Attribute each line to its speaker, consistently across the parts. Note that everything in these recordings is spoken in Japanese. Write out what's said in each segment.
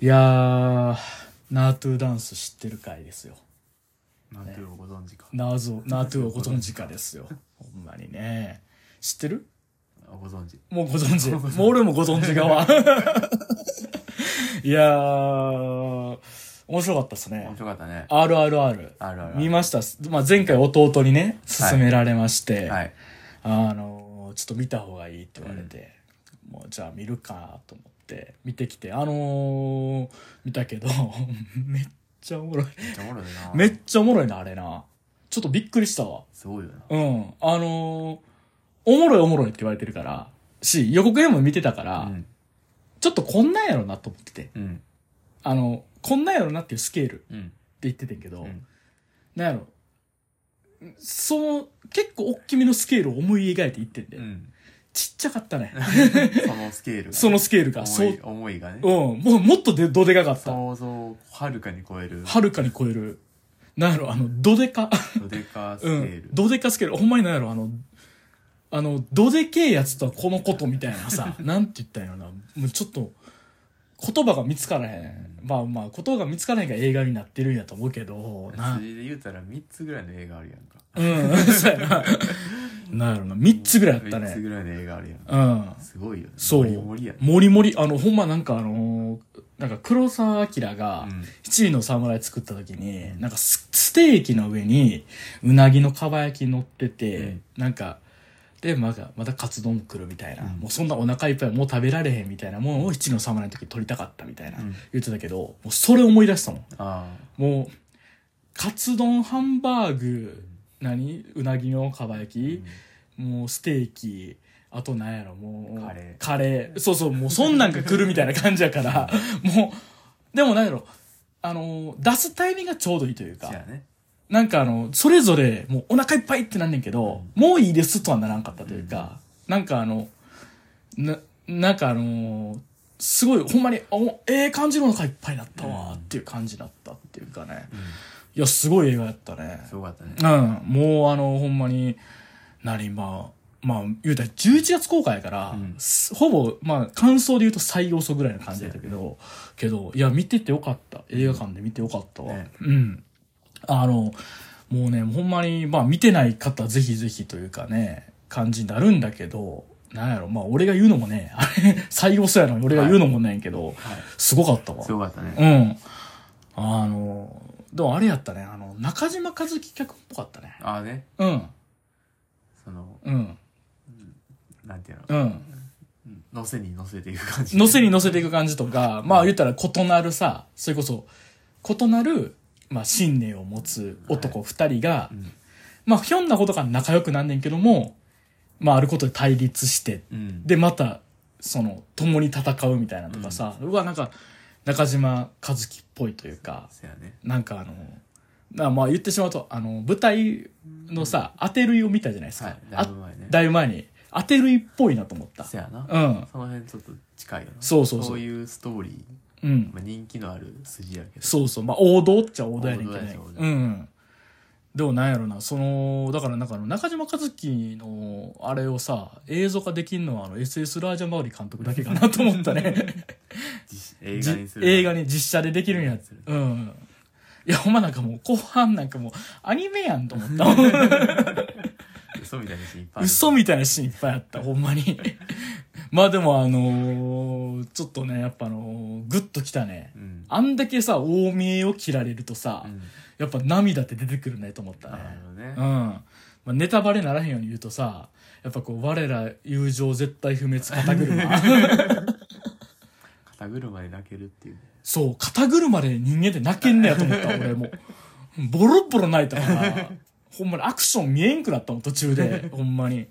Speaker 1: いやー、ナートゥダンス知ってる回ですよ。
Speaker 2: なんていうのご存知か。
Speaker 1: ナーゾ、ナートゥをご存知かです よ。ほんまにね。知ってる
Speaker 2: あご存知。
Speaker 1: もうご存知。もう俺もご存知 側。いやー、面白かったです
Speaker 2: 面
Speaker 1: ね。
Speaker 2: 白かったね。
Speaker 1: RRR。
Speaker 2: RRR
Speaker 1: 見ました。まあ、前回弟にね、勧められまして、
Speaker 2: はい。
Speaker 1: あのー、ちょっと見た方がいいって言われて、もうじゃあ見るかと思って、見てきて、あのー、見たけど、 めっちゃおもろい。
Speaker 2: めっちゃおもろいな。
Speaker 1: めっちゃおもろいな、あれな。ちょっとびっくりしたわ。
Speaker 2: すごいよな。
Speaker 1: うん。あのーおもろいおもろいって言われてるから、し、予告編も見てたから、
Speaker 2: うん。
Speaker 1: ちょっとこんなんやろなと思ってて。
Speaker 2: うん。
Speaker 1: あの、こんなんやろなっていうスケールって
Speaker 2: うん。
Speaker 1: 言っててんけど、
Speaker 2: うん
Speaker 1: なんやろ。その、結構大きめのスケールを思い描いていってんで、
Speaker 2: うん。
Speaker 1: ちっちゃかったね。
Speaker 2: そのスケールが。
Speaker 1: そのスケール
Speaker 2: 思
Speaker 1: が。
Speaker 2: い
Speaker 1: そう、
Speaker 2: 思いがね
Speaker 1: うん。。もうもっとでどでかかった。
Speaker 2: 想像をはるかに超える。
Speaker 1: はるかに超える。なんやろ、あの、どでか。
Speaker 2: ドデカスケ
Speaker 1: う
Speaker 2: ール
Speaker 1: ん。。どでかスケール。ほんまになんやろ、あの、あの、どでけえやつとはこのことみたいな さ、なんて言ったんやろな。もうちょっと、言葉が見つからへん。まあまあ、言葉が見つからへんから映画になってるんやと思うけど、な
Speaker 2: そ。れで言うたら3つぐらいの映画あるやんか。
Speaker 1: うん、そうやな。なんやろな。3つぐらいあった
Speaker 2: 3つ
Speaker 1: ね。
Speaker 2: ぐらいの映画あるやんか。
Speaker 1: うん。
Speaker 2: すごいよね。
Speaker 1: そう。
Speaker 2: 盛り盛りやね。
Speaker 1: もりもり。あの、ほんまなんかあのーなんか黒沢明が、
Speaker 2: うん。
Speaker 1: 七人の侍作った時に、なんかスステーキの上に、うなぎのかば焼き乗ってて、
Speaker 2: うん
Speaker 1: なんか、で、まだ、まだカツ丼来るみたいな、
Speaker 2: うん
Speaker 1: もうそんなお腹いっぱいもう食べられへんみたいなものを七人の侍の時に取りたかったみたいな、
Speaker 2: うん
Speaker 1: 言ってたけど、もうそれ思い出したもん。
Speaker 2: あ
Speaker 1: もう、カツ丼、ハンバーグ、何うなぎのかば焼
Speaker 2: あ。
Speaker 1: き、もうステーキ、あとなんやろ、もう。
Speaker 2: カレー
Speaker 1: カレー。そうそう、もうそんなんが来るみたいな感じやから、もう、でもなんやろ、あの、出すタイミングがちょうどいいという
Speaker 2: じゃ
Speaker 1: か、
Speaker 2: あね。
Speaker 1: なんかあの、それぞれ、もうお腹いっぱいってなんねんけど、もういいですとはならんかったというか、なんかあの、な、なんかあの、すごい、ほんまに、あおええ感じのお腹いっぱいになったわっていう感じだったっていうかね。いや、すごい映画やったね。
Speaker 2: すごかったね。
Speaker 1: うん、もうあの、ほんまに、なり、まあ、まあ、言うたら11月公開やから、
Speaker 2: うん
Speaker 1: すほぼ、まあ、感想で言うと最要素ぐらいの感じだったけど、けど、いや、見ててよかった。映画館で見てよかったわ。
Speaker 2: ね
Speaker 1: うん。あの、もうね、ほんまに、まあ、見てない方はぜひぜひというかね、感じになるんだけど、なんやろ、まあ、俺が言うのもね、あれ、最要素やのに俺が言うのもなんやけど、
Speaker 2: はい。
Speaker 1: すごかったわ。
Speaker 2: すごかったね。
Speaker 1: うん。あの、でもあれやったね、あの、中島和樹客っぽかったね。
Speaker 2: ああね。
Speaker 1: うん、
Speaker 2: その、
Speaker 1: うん、
Speaker 2: なんていう
Speaker 1: う
Speaker 2: の
Speaker 1: ん。
Speaker 2: 乗せに乗せていく感じ。
Speaker 1: 乗せに乗せていく感じとか、まあ言ったら異なるさ、それこそ、異なる、まあ信念を持つ男二人が、
Speaker 2: うん
Speaker 1: まあひょんなことから仲良くなんねんけども、まああることで対立して、
Speaker 2: うん。
Speaker 1: で、また、その、共に戦うみたいなとかさ、うわ、なんか、中島和樹っぽいというか、
Speaker 2: そやね。
Speaker 1: なんかあの、なまあ言ってしまうと、あの、舞台のさ、当てるいを見たじゃないですか。
Speaker 2: はい。だいぶ前ね
Speaker 1: あ。だいぶ前に、当てるいっぽいなと思った。
Speaker 2: そやな。
Speaker 1: うん。
Speaker 2: その辺ちょっと近いよな。
Speaker 1: そうそうそう
Speaker 2: そういうストーリー、
Speaker 1: うん。
Speaker 2: まあ、人気のある筋やけど。
Speaker 1: そうそう。まあ、王道っちゃ王道やねんけど
Speaker 2: 王道や
Speaker 1: ね
Speaker 2: し王。
Speaker 1: う
Speaker 2: 道
Speaker 1: ん。でもなんやろな、その、だからなんかあの中島和樹のあれをさ、映像化できんのはあの SS ラージャマウリ監督だけかなと思ったね。
Speaker 2: 実 映画にする。
Speaker 1: じ映画に実写でできるんやつ。うん。いや、ほんまなんかもう後半なんかもうアニメやんと思った。
Speaker 2: 嘘みたいなシーンいっぱいある。
Speaker 1: 嘘みたいなシーンいっぱいあった、ほんま に。まあでもあのーちょっとね、やっぱあのーグッときたね。
Speaker 2: うん。
Speaker 1: あんだけさ、大見えを切られるとさ、
Speaker 2: うん。
Speaker 1: やっぱ涙って出てくるねと思った
Speaker 2: なる
Speaker 1: ね。
Speaker 2: ほど
Speaker 1: う
Speaker 2: ね
Speaker 1: ん。。まあ、ネタバレならへんように言うとさ、やっぱこう、我ら友情絶対不滅肩車。
Speaker 2: 肩車で泣けるっていうね。
Speaker 1: そう、肩車で人間って泣けんねやと思った、俺も。ボロッボロ泣いたから、ほんまにアクション見えんくなったもん、途中 で。ほんまに。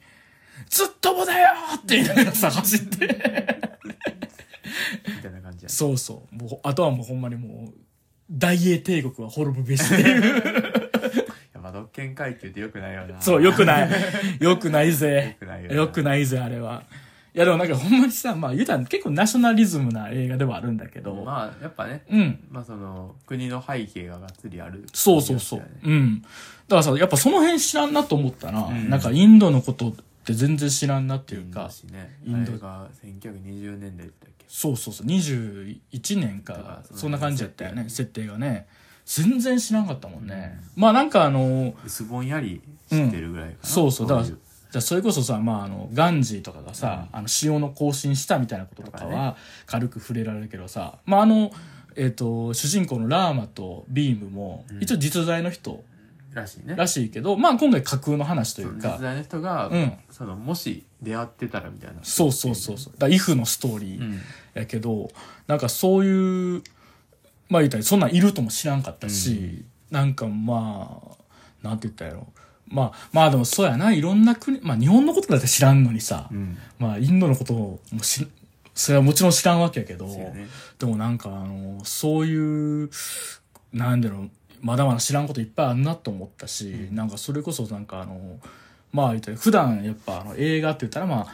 Speaker 1: ずっともだよって言いながらさ、走って。
Speaker 2: みたいな感じやね。
Speaker 1: そうそう。もう、あとはもうほんまにもう、大英帝国は滅ぶべしって いう。
Speaker 2: やっぱ独権階級ってよくないよな。
Speaker 1: そう、
Speaker 2: よ
Speaker 1: 良くない。良くないぜ。
Speaker 2: くないよな。
Speaker 1: よくないぜ、あれは。いや、でもなんかほんまにさ、まあ言うたら結構ナショナリズムな映画ではあるんだけど、
Speaker 2: まあ、やっぱね。
Speaker 1: うん。
Speaker 2: まあその、国の背景ががっつりある。
Speaker 1: そうそうそう。うん。だからさ、やっぱその辺知らんなと思ったな。
Speaker 2: ん
Speaker 1: なんかインドのことって全然知らんなって
Speaker 2: て
Speaker 1: いうか、
Speaker 2: ね、
Speaker 1: インド
Speaker 2: あれが1920年代だっけけ
Speaker 1: そうそうそう21年
Speaker 2: だ
Speaker 1: か
Speaker 2: から
Speaker 1: そんな感じやったよね
Speaker 2: 設
Speaker 1: 設定がね全然知らんかったもんね、まあなんかあの
Speaker 2: 薄ぼんやり知ってるぐらいかな、
Speaker 1: そうそうだから
Speaker 2: い
Speaker 1: じゃあそれこそさ、まあ、あのガンジーとかがさ、あの潮の更新したみたいなこととか
Speaker 2: とか
Speaker 1: は軽く触れられるけどさ、まああのえっと主人公のラーマとビームも
Speaker 2: うん
Speaker 1: 一応実在の人
Speaker 2: らしいね
Speaker 1: らしいけど、まあ今回架空の話とい
Speaker 2: そう
Speaker 1: う
Speaker 2: 実
Speaker 1: か
Speaker 2: 在の人が、
Speaker 1: うん
Speaker 2: そのもし出会ってたらみたいな
Speaker 1: そうそうそうそうだからイフのストーリ
Speaker 2: う
Speaker 1: ー
Speaker 2: ん
Speaker 1: やけど、なんかそういうまあ言ったらそんなんいるとも知らんかったし、なんかまあなんて言ったらいいやろまあまあでもそうやないろんな国まあ日本のことだって知らんのにさ、
Speaker 2: うん
Speaker 1: まあ、インドのこともし、それはもちろん知らんわけやけど、
Speaker 2: そうやね
Speaker 1: でもなんか、あの、そういう、なんだろう、まだまだ知らんこといっぱいあんなと思ったし、なんかそれこそなんかあの、まあ言ったら、普段やっぱあの映画って言ったらま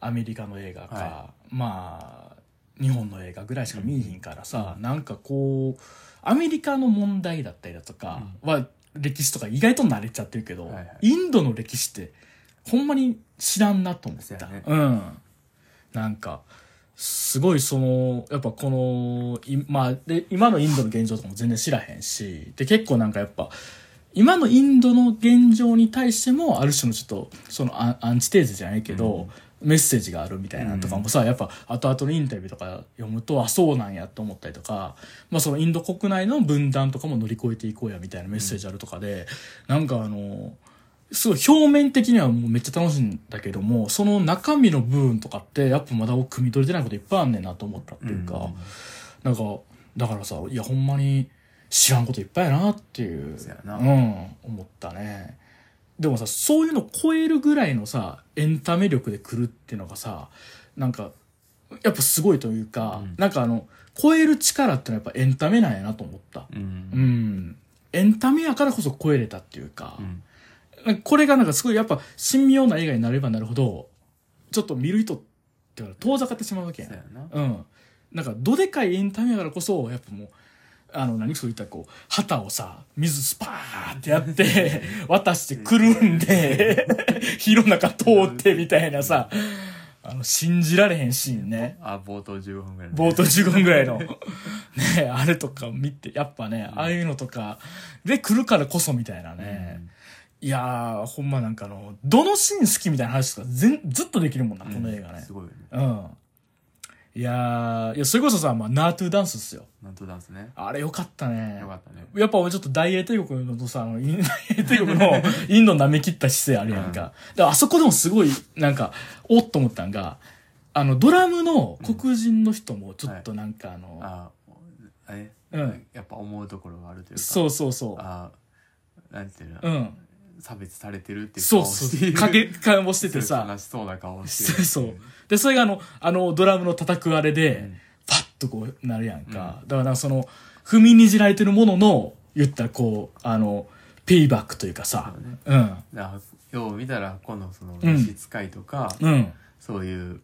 Speaker 1: あ、アメリカの映画か、
Speaker 2: は
Speaker 1: まあ、日本の映画ぐらいしか見えへんからさ、なんかこう、アメリカの問題だったりだとかは、歴史とか意外と慣れちゃってるけど、
Speaker 2: はいはい
Speaker 1: インドの歴史って、ほんまに知らんなと思った。
Speaker 2: そうやね
Speaker 1: うん。なんか、すごいその、やっぱこの、いまあ、で、今のインドの現状とかも全然知らへんし、で、結構なんかやっぱ、今のインドの現状に対しても、ある種のちょっと、そのアンアンチテーゼじゃないけど、メッセージがあるみたいなとかもさ、やっぱ後々のインタビューとか読むと、あ、そうなんやと思ったりとか、まあそのインド国内の分断とかも乗り越えていこうやみたいなメッセージあるとかで、なんかあの、すごい表面的にはもうめっちゃ楽しいんだけども、その中身の部分とかって、やっぱまだ汲み取れてないこといっぱいあんねんなと思ったっていうか、
Speaker 2: うん
Speaker 1: なんか、だからさ、いやほんまに知らんこといっぱいやなっていう、
Speaker 2: そうやな
Speaker 1: うん、思ったね。でもさ、そういうのを超えるぐらいのさ、エンタメ力で来るっていうのがさ、なんか、やっぱすごいというか、
Speaker 2: うん
Speaker 1: なんかあの、超える力ってのはやっぱエンタメなんやなと思った。
Speaker 2: う
Speaker 1: うんん。エンタメやからこそ超えれたっていうか、
Speaker 2: うん
Speaker 1: なんかこれがなんかすごいやっぱ神妙な映画になればなるほど、ちょっと見る人ってから遠ざかってしまうわけや
Speaker 2: そうや
Speaker 1: ん。
Speaker 2: な
Speaker 1: うん。なんかどでかいエンタメやからこそ、やっぱもう、あの、何そういったらこう、旗をさ、水スパーってや って、渡してくるんで、広中通ってみたいなさ、あの、信じられへんシーンね。
Speaker 2: あ冒頭15分ぐらいの
Speaker 1: 冒頭15分ぐらいの、ね、あれとか見て、やっぱね、ああいうのとか、で来るからこそみたいなね。いやー、ほんまなんかあの、どのシーン好きみたいな話とか全ずっとできるもんな、この映画ね
Speaker 2: す。ごいよね
Speaker 1: うん。いやー、いや、それこそさ、まあ、ナートゥダンスっすよ。
Speaker 2: なんとダンスね
Speaker 1: あれよかったね
Speaker 2: よ。かったね
Speaker 1: やっぱ俺ちょっと大英帝国のとさ、あのイ ン大英帝国のインドを舐め切った姿勢あるやんか。だ
Speaker 2: う
Speaker 1: からあそこでもすごい、なんか、おっと思ったんが、あの、ドラムの黒人の人もちょっとなんかあの、
Speaker 2: ああれ
Speaker 1: うん
Speaker 2: やっぱ思うところがあるというか
Speaker 1: そうそうそ
Speaker 2: あなんていうの
Speaker 1: う。うん。
Speaker 2: 差別されてるっていう
Speaker 1: そう
Speaker 2: 顔
Speaker 1: そうそう。かけ、かもしてて
Speaker 2: すごい
Speaker 1: さ。
Speaker 2: 悲しそうな顔をして
Speaker 1: そう
Speaker 2: る
Speaker 1: そう。で、それがあの、あの、ドラムの叩くあれで、
Speaker 2: うん
Speaker 1: パッとこうなるやんか。だからその、踏みにじられてるものの、言ったらこう、あの、ペイバックというかさ
Speaker 2: そう。ね
Speaker 1: うん。
Speaker 2: あよう見たらこのその
Speaker 1: うん
Speaker 2: 召使いとか、
Speaker 1: うん。
Speaker 2: そういう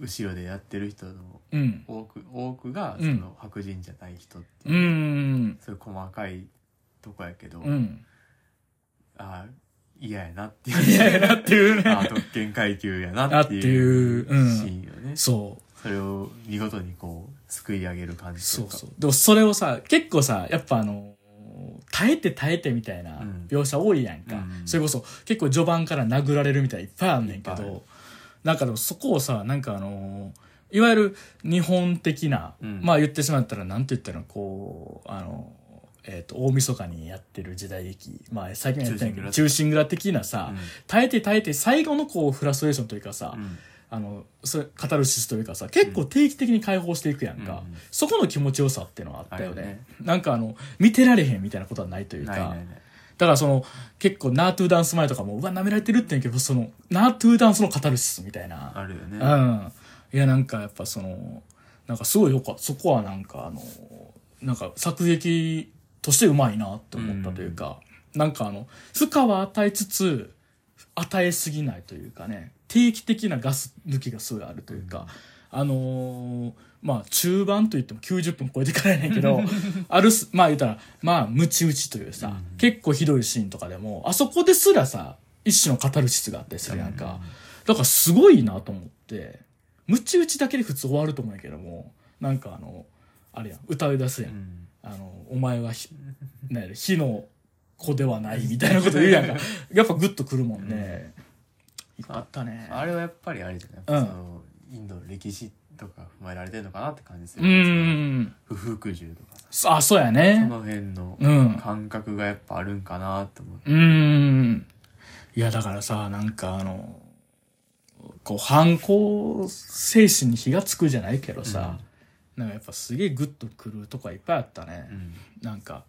Speaker 2: 後ろでやってる人の
Speaker 1: うん。
Speaker 2: 多く多くが
Speaker 1: う
Speaker 2: そ
Speaker 1: ん
Speaker 2: の白人じゃない人って
Speaker 1: う
Speaker 2: いう、
Speaker 1: ん。
Speaker 2: そういう細かいとこやけど、
Speaker 1: うん。
Speaker 2: あ嫌やなって
Speaker 1: いや
Speaker 2: いう
Speaker 1: やなっていう
Speaker 2: あ
Speaker 1: ね。
Speaker 2: 特権階級やなっていうシ
Speaker 1: なっていううん
Speaker 2: ーンよね、そ
Speaker 1: そう。
Speaker 2: れを見事にこうすくい上げる感じと
Speaker 1: そ
Speaker 2: いう
Speaker 1: う
Speaker 2: か
Speaker 1: そう。でもそれをさ、結構さ、やっぱあの、耐えて耐えてみたいな
Speaker 2: うん
Speaker 1: 描写多いやんか。
Speaker 2: うん
Speaker 1: それこそ結構序盤から殴られるみたいないっぱいあんねんけ
Speaker 2: いっぱいあ
Speaker 1: ど、なんかでもそこをさ、なんかあの、いわゆる日本的な、
Speaker 2: うん
Speaker 1: まあ言ってしまったらなんて言ったらこう、あの、えっ、と、大晦日にやってる時代劇、まあ最近やってないけど、
Speaker 2: 忠
Speaker 1: 中心蔵的なさ、
Speaker 2: うん
Speaker 1: 耐えて耐えて最後のこうフラストレーションというかさ、
Speaker 2: うん
Speaker 1: あのそれカタルシスというかさ結構定期的に解放していくやんか、
Speaker 2: うん
Speaker 1: そこの気持ちよさっていうのはあったよね
Speaker 2: あるよね
Speaker 1: なんかあの見てられへんみたいなことはないというか
Speaker 2: ないないない
Speaker 1: だからその結構ナートゥーダンス前とかもうわ舐められてるってんやけどそのナートゥーダンスのカタルシスみたいな
Speaker 2: あるよね、
Speaker 1: うんいやなんかやっぱそのなんかすごいよかそこはなんかあのなんか作劇としてうまいなって思ったというか、なんかあの負荷は与えつつ与えすぎないというかね定期的なガス抜きがすごいあるというか、あのーまあ中盤といっても90分超えてからやねんけどあるすまあ言ったらまあムチ打ちというさ、
Speaker 2: うん
Speaker 1: 結構ひどいシーンとかでもあそこですらさ一種のカタルシスがあったりするやんか、だからすごいなと思って。ムチ打ちだけで普通終わると思うんやけどもなんかあのあれやん歌い出すやん、
Speaker 2: うん
Speaker 1: あのお前はひなんやろ火の子ではないみたいなこと言うやん かやっぱグッとくるもんね、いっぱいあったね
Speaker 2: あれはやっぱりあれじゃない、
Speaker 1: うん
Speaker 2: そのインドの歴史とか踏まえられてるのかなって感じす
Speaker 1: う
Speaker 2: るん
Speaker 1: ん
Speaker 2: 不服従とかさ
Speaker 1: そあそうや
Speaker 2: そ
Speaker 1: ね
Speaker 2: の辺の
Speaker 1: うん
Speaker 2: 感覚がやっぱあるんかなと思って、
Speaker 1: うーん。いや、だからさ、なんかあの、こう、反抗精神に火がつくじゃないけどさ、なんかやっぱすげえグッとくるとかいっぱいあったね。
Speaker 2: うん
Speaker 1: なんか、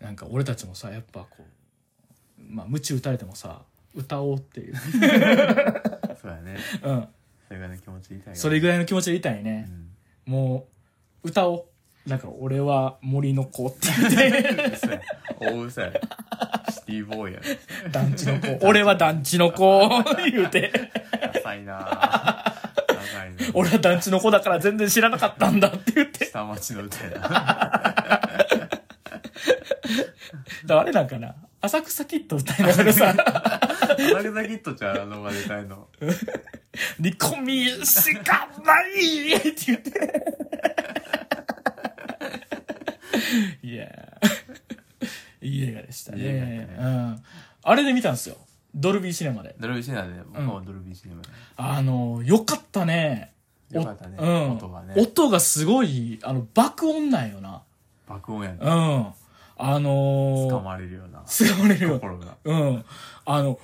Speaker 1: なんか俺たちもさ、やっぱこう、まあ、鞭打たれてもさ、歌おうっていう。
Speaker 2: そうやね
Speaker 1: うん。
Speaker 2: それぐらいの気持ちでいたいよね
Speaker 1: それぐらいの気持ちでいたいね。
Speaker 2: う
Speaker 1: もう、歌おう。だから俺は森の子って言っ て、
Speaker 2: ん嘘や大嘘やシティボーイや
Speaker 1: 団地の子。俺は団地の子言うて。
Speaker 2: 浅いな浅いな
Speaker 1: 俺は団地の子だから全然知らなかったんだって言って。
Speaker 2: 下町の歌やな
Speaker 1: だからあれなんかな。浅草キッド歌いながら さ、
Speaker 2: アナグザキットちゃんあの場で歌えるの
Speaker 1: 煮込みしかないって言って。いやーいい映画でしたね。
Speaker 2: いい映画だ
Speaker 1: うん。あれで見たんですよ。ドルビーシネマで。
Speaker 2: ドルビーシネマで僕もドルビーシネマで
Speaker 1: あの、よかったね。お
Speaker 2: よかったね
Speaker 1: うん、
Speaker 2: 音がね
Speaker 1: 音がすごい、あの、爆音なんよな。
Speaker 2: 爆音や
Speaker 1: う
Speaker 2: ん
Speaker 1: ん。あのー、
Speaker 2: 掴まれるような
Speaker 1: 掴まれるよ。
Speaker 2: 心が
Speaker 1: うん。あの、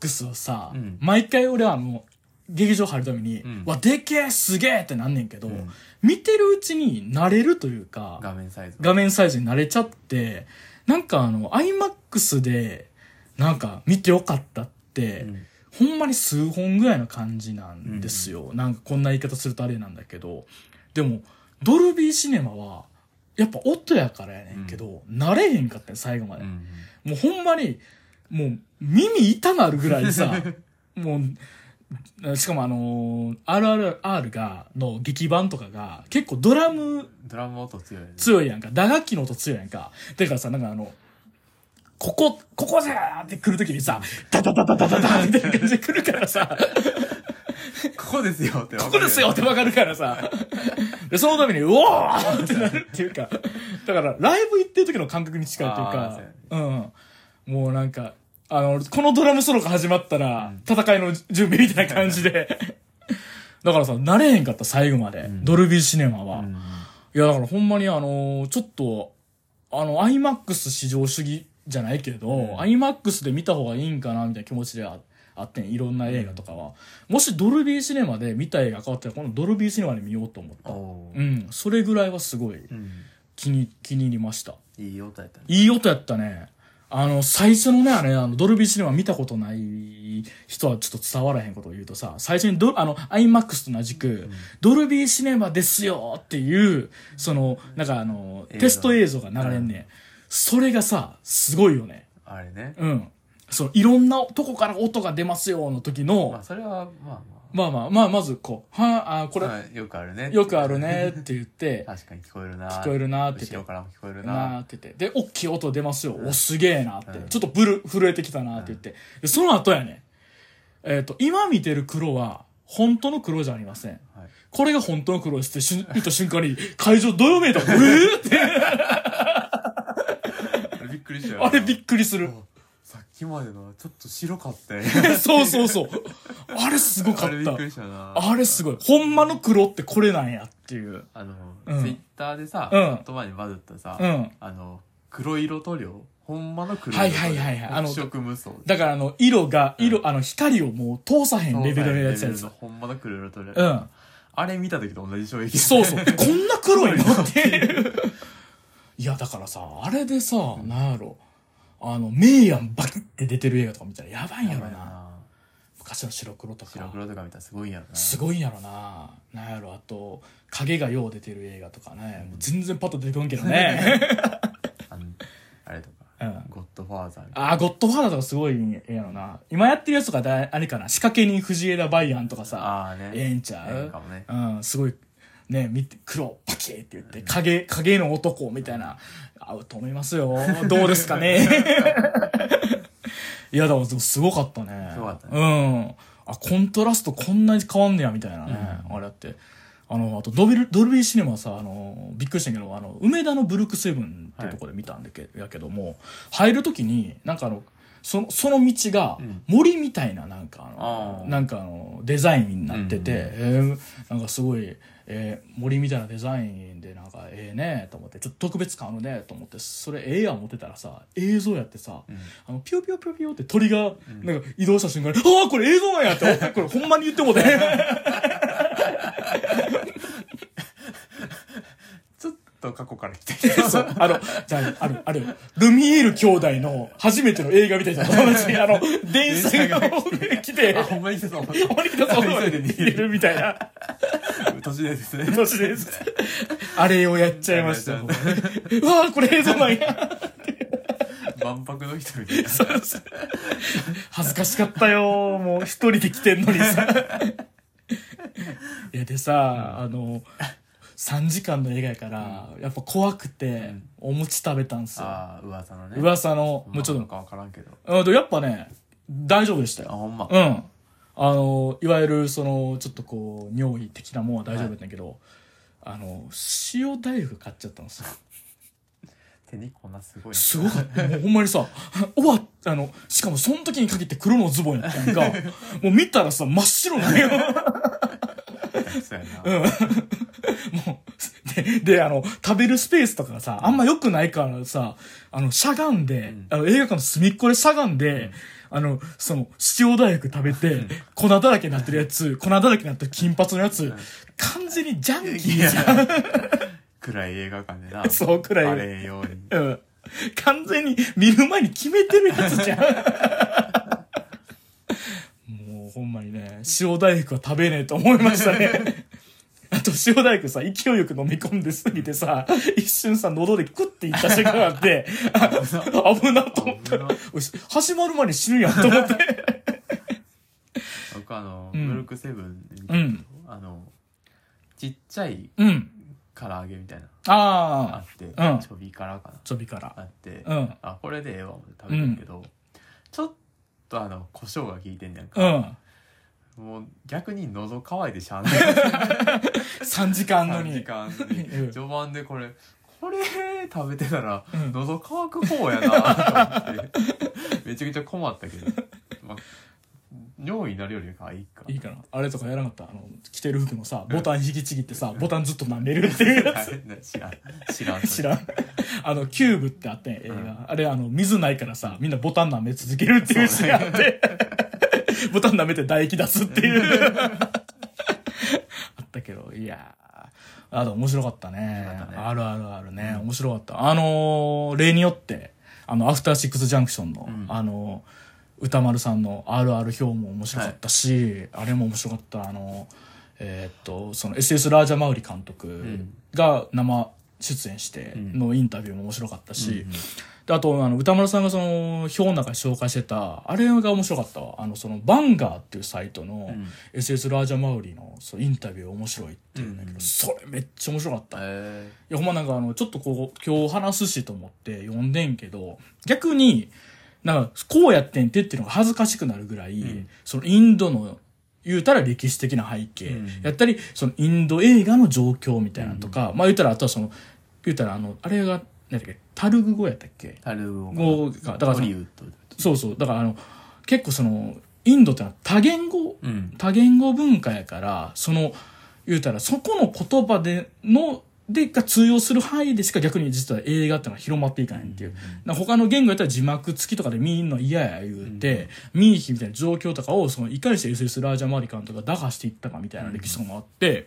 Speaker 1: IMAX をさ、
Speaker 2: うん
Speaker 1: 毎回俺はもう、劇場入るために、
Speaker 2: うん
Speaker 1: わ、でけえすげえってなんねんけど、
Speaker 2: うん
Speaker 1: 見てるうちに慣れるというか、
Speaker 2: 画面サイズ
Speaker 1: 画面サイズに慣れちゃって、なんかあの、IMAX で、なんか見てよかったって、
Speaker 2: うん
Speaker 1: ほんまに数本ぐらいの感じなんですよ。なんかこんな言い方するとあれなんだけど、でも、ドルビーシネマは、やっぱ音やからやねんけど、慣れへんかったよ、最後まで
Speaker 2: う。ん
Speaker 1: もうほんまに、もう耳痛なるぐらいさ、もう、しかもあのー RRR が、の劇版とかが、結構ドラム
Speaker 2: ドラム音強いよね
Speaker 1: 強いやんか、打楽器の音強いやんか。だからさ、なんかあの、ここ、ここじゃーって来るときにさ、ダダダダダダダみたいな感じで来るからさ、
Speaker 2: ここですよって
Speaker 1: ここですよってわかるからさ。で、そのために、うおーってなるっていうか、だから、ライブ行ってる時の感覚に近いという
Speaker 2: あー
Speaker 1: か
Speaker 2: そう、
Speaker 1: うん。もうなんか、あの、このドラムソロが始まったら、戦いの準備みたいな感じで。だからさ、慣れへんかった、最後まで。
Speaker 2: ん
Speaker 1: ドルビーシネマは。
Speaker 2: うん
Speaker 1: いや、だからほんまにあのーちょっと、あの、IMAX 至上主義じゃないけど、IMAX で見た方がいいんかな、みたいな気持ちでああってん、いろんな映画とかは。もしドルビーシネマで見た映画変わったら、このドルビーシネマで見ようと思った。
Speaker 2: おー
Speaker 1: うん、それぐらいはすごい
Speaker 2: うん
Speaker 1: 気に、気に入りました。
Speaker 2: いい音やったね
Speaker 1: いい音やったね。あの、最初のね、あれ、あの、ドルビーシネマ見たことない人はちょっと伝わらへんことを言うとさ、最初にド、あの、IMAX と同じく、ドルビーシネマですよっていう、その、なんかあの、
Speaker 2: 映像
Speaker 1: テスト映像が流れんね、ん。それがさ、すごいよね。
Speaker 2: あれね
Speaker 1: うん。その、いろんなとこから音が出ますよの時
Speaker 2: ま
Speaker 1: の
Speaker 2: あ、それはまあま
Speaker 1: まあまあ、まあ、まずこう、はあ、こ
Speaker 2: あ
Speaker 1: れ、
Speaker 2: まあよくあるね
Speaker 1: よくあるねって言って、
Speaker 2: 確かに聞こえるな
Speaker 1: 聞こえるなって言って
Speaker 2: 後ろからも聞こえる
Speaker 1: な
Speaker 2: な
Speaker 1: ーって言って。で、大きい音出ますよ。お、すげえなって。
Speaker 2: うん
Speaker 1: ちょっとブル、震えてきたなって言って。で、その後やね。えっ、と、今見てる黒は、本当の黒じゃありません。
Speaker 2: はい
Speaker 1: これが本当の黒ですってしゅん見た瞬間 に、会場どよめいた。えーって、
Speaker 2: あれびっくりしたよ
Speaker 1: あれびっくりする。
Speaker 2: さっきまでのちょっと白かったよ
Speaker 1: そうそうそう。あれすごか
Speaker 2: あ
Speaker 1: っ
Speaker 2: れび
Speaker 1: た
Speaker 2: っく。りしたな
Speaker 1: あれすごい。ほんまの黒ってこれなんやっていう。
Speaker 2: あの、
Speaker 1: うん
Speaker 2: ツイッターでさ、
Speaker 1: うん
Speaker 2: ちょっと前にバズったさ、
Speaker 1: うん
Speaker 2: あの、黒色塗料ほんまの黒
Speaker 1: は
Speaker 2: 色
Speaker 1: い
Speaker 2: 塗料。
Speaker 1: はいはいはいあの
Speaker 2: 黒色無双。
Speaker 1: だからあの、色が、色、あの、光をもう通さへんレベルのやつや
Speaker 2: レベル
Speaker 1: つ
Speaker 2: の。ほんまの黒色塗料。
Speaker 1: うん。
Speaker 2: あれ見た時と同じ衝撃。
Speaker 1: そうそう。 こんな黒いのっていう。いや、だからさ、あれでさ、なんやろ。あの、メイヤンバキって出てる映画とか見たらやばいんや
Speaker 2: や
Speaker 1: ろ
Speaker 2: ばい
Speaker 1: な。
Speaker 2: な。
Speaker 1: 昔の白黒と
Speaker 2: 白
Speaker 1: か。
Speaker 2: 黒とか見たらすごいんやろな。
Speaker 1: すごいんやろな。なんやろ、あと、影がよう出てる映画とかね。もう全然パッと出てこんけど ね。
Speaker 2: あの、あれとか、
Speaker 1: うん
Speaker 2: ゴッドファーザーみたい
Speaker 1: あー、ゴッドファーザーとかすごいんやろな。今やってるやつとかだ、あれかな。仕掛け人藤枝バイアンとか
Speaker 2: な。
Speaker 1: さ、
Speaker 2: ああーね。
Speaker 1: ええんちゃ
Speaker 2: ええん
Speaker 1: う
Speaker 2: かもね。
Speaker 1: うん、すごい、ね、見て、黒、パキーって言って、影、影の男みたいな、合うと思いますよ。どうです かね。いや、でも、すごかったね。
Speaker 2: すごかった
Speaker 1: ね。あ、コントラストこんなに変わんねや、みたいなね、あれあって。あの、あとドビル、ドルビーシネマさ、あの、びっくりしたけど、あの、梅田のブルックセブンっていうところで見たんでけ、やけども、入るときに、なんかあの、その、その道が
Speaker 2: うん
Speaker 1: 森みたいな、なんかあの、
Speaker 2: あー
Speaker 1: なんかあの、デザインになってて、
Speaker 2: うん
Speaker 1: えーなんかすごい、えー森みたいなデザインで、なんか、ええねと思って、ちょっと特別感あるねと思って、それええやん思ってたらさ、映像やってさ、あの、ピヨピヨピヨピヨって鳥が、なんか移動した瞬間に、ああ、これ映像なんやって思って、これほんまに言ってもうて。
Speaker 2: ちょっと過去から来て
Speaker 1: そう。あの、じゃあ、あの、あれよ、ルミエール兄弟の初めての映画みたいな友達に、 あの、電車が来て、
Speaker 2: あ、ほんまに来 たぞ。
Speaker 1: ほんまに来たぞ、
Speaker 2: 急いで逃げる
Speaker 1: るみたいな
Speaker 2: 都市伝説ね。
Speaker 1: 年です。 あれをやっちゃいました。
Speaker 2: あ
Speaker 1: う
Speaker 2: れ
Speaker 1: わ
Speaker 2: をやっ
Speaker 1: ーこれ映像なんや。
Speaker 2: 万博の人みたいな。
Speaker 1: 恥ずかしかったよもう一人で来てんのに さいやでさ、あの3時間の映画やから、やっぱ怖くて、
Speaker 2: ん
Speaker 1: お餅食べたんすよ
Speaker 2: ああ、噂のね。
Speaker 1: 噂のもうちょっ
Speaker 2: なんかわからんけど。
Speaker 1: と、うん、でやっぱね大丈夫でした
Speaker 2: あ、
Speaker 1: よ
Speaker 2: ほんま。
Speaker 1: うんあのいわゆるそのちょっとこう尿意的なもんは大丈夫だったんやけど、あの塩大福買っちゃったんですよ
Speaker 2: 手にこんなすごい。
Speaker 1: すごかった。もうほんまにさ、終わっあの、しかもその時に限って黒のズボンやったん か、もう見たらさ、真っ白なのよ。
Speaker 2: そうやな。うん。
Speaker 1: もう、で、で、あの、食べるスペースとかがさ、あんま良くないからさ、あの、しゃがんで、
Speaker 2: ん
Speaker 1: あの、映画館の隅っこでしゃがんで、あの、その、塩大福食べて、粉だらけになってるやつ、粉だらけになってる金髪のやつ、完全にジャンキーじゃん。
Speaker 2: 暗い映画館でな。
Speaker 1: そう暗い
Speaker 2: あれように。
Speaker 1: うん。完全に見る前に決めてるやつじゃん。もうほんまにね、塩大福は食べねえと思いましたね。あと塩大福さ、勢いよく飲み込んですぎてさ、一瞬さ、喉でクッていった瞬間があって、あ危なと思った
Speaker 2: 危な
Speaker 1: おい始まる前に死ぬやんと思って。
Speaker 2: 僕あの、
Speaker 1: うん
Speaker 2: ブルックセブンで見た
Speaker 1: う
Speaker 2: けど
Speaker 1: ん。
Speaker 2: あの、ちっちゃい
Speaker 1: うん。
Speaker 2: 唐揚げみたいな。あ
Speaker 1: ああ。
Speaker 2: って、
Speaker 1: ん
Speaker 2: ちょびからかな。
Speaker 1: ちょびから。
Speaker 2: あって、
Speaker 1: うん
Speaker 2: あ、これでええわ、思って食べてるけど、ちょっとあの、胡椒が効いてんねやん
Speaker 1: う
Speaker 2: か。
Speaker 1: ん。
Speaker 2: もう逆に喉乾いてしゃあない。
Speaker 1: 3時間の
Speaker 2: 3時
Speaker 1: に。
Speaker 2: 間
Speaker 1: うん
Speaker 2: 序盤でこれこれ食べてたら
Speaker 1: うん
Speaker 2: 喉乾く方やなと思ってめちゃくちゃ困ったけど、まあ、尿意になるよりかはいいか
Speaker 1: いいかなあれとかやらなかったあの、着てる服のさ、ボタン引きちぎってさ、ボタンずっと舐めるっていうやつ。
Speaker 2: はい知らん知らん
Speaker 1: 知らん。あの、キューブってあってん、映画。あれ、あの、水ないからさ、みんなボタン舐め続けるっていうシーンあって、 ボタン舐めて唾液出すっていう。あったけど、いやーあと面白かったね。
Speaker 2: 白かったね
Speaker 1: あるあるあるね。面白かった。あのー例によって、あの、アフターシックスジャンクションの、
Speaker 2: ん
Speaker 1: あのー歌丸さんの「あるある表」も面白かったし、あれも面白かったあのーえーっとその SS ラージャマウリ監督
Speaker 2: ん
Speaker 1: が生出演してのインタビューも面白かったし、であとあの歌丸さんがその表の中で紹介してたあれが面白かったわあのそのバンガーっていうサイトの
Speaker 2: ん
Speaker 1: SS ラージャマウリのそのインタビュー面白いっていうんだけど、
Speaker 2: うん
Speaker 1: それめっちゃ面白かった、
Speaker 2: え
Speaker 1: いやほんまなんかあのちょっとこう今日話すしと思って読んでんけど逆になんかこうやってんてっていうのが恥ずかしくなるぐらい、
Speaker 2: うん
Speaker 1: そのインドの言うたら歴史的な背景、
Speaker 2: うん
Speaker 1: やったりそのインド映画の状況みたいなのとか、まあ言うたらあとはその言うたらあのあれが何だっけタルグ語やったっけ
Speaker 2: タルゴ
Speaker 1: 語がだから
Speaker 2: ト
Speaker 1: そ
Speaker 2: リ
Speaker 1: の
Speaker 2: ウッド
Speaker 1: そうそうだからあの結構そのインドってのは多言語
Speaker 2: うん
Speaker 1: 多言語文化やからその言うたらそこの言葉でのでが通用する範囲でしか逆に実は映画ってのは広まっていかないっていう、な他の言語やったら字幕付きとかで見んの嫌や言うて、見いひみたいな状況とかをそのいかにして SS ラージャマリカンとか打破していったかみたいな歴史とかもあって。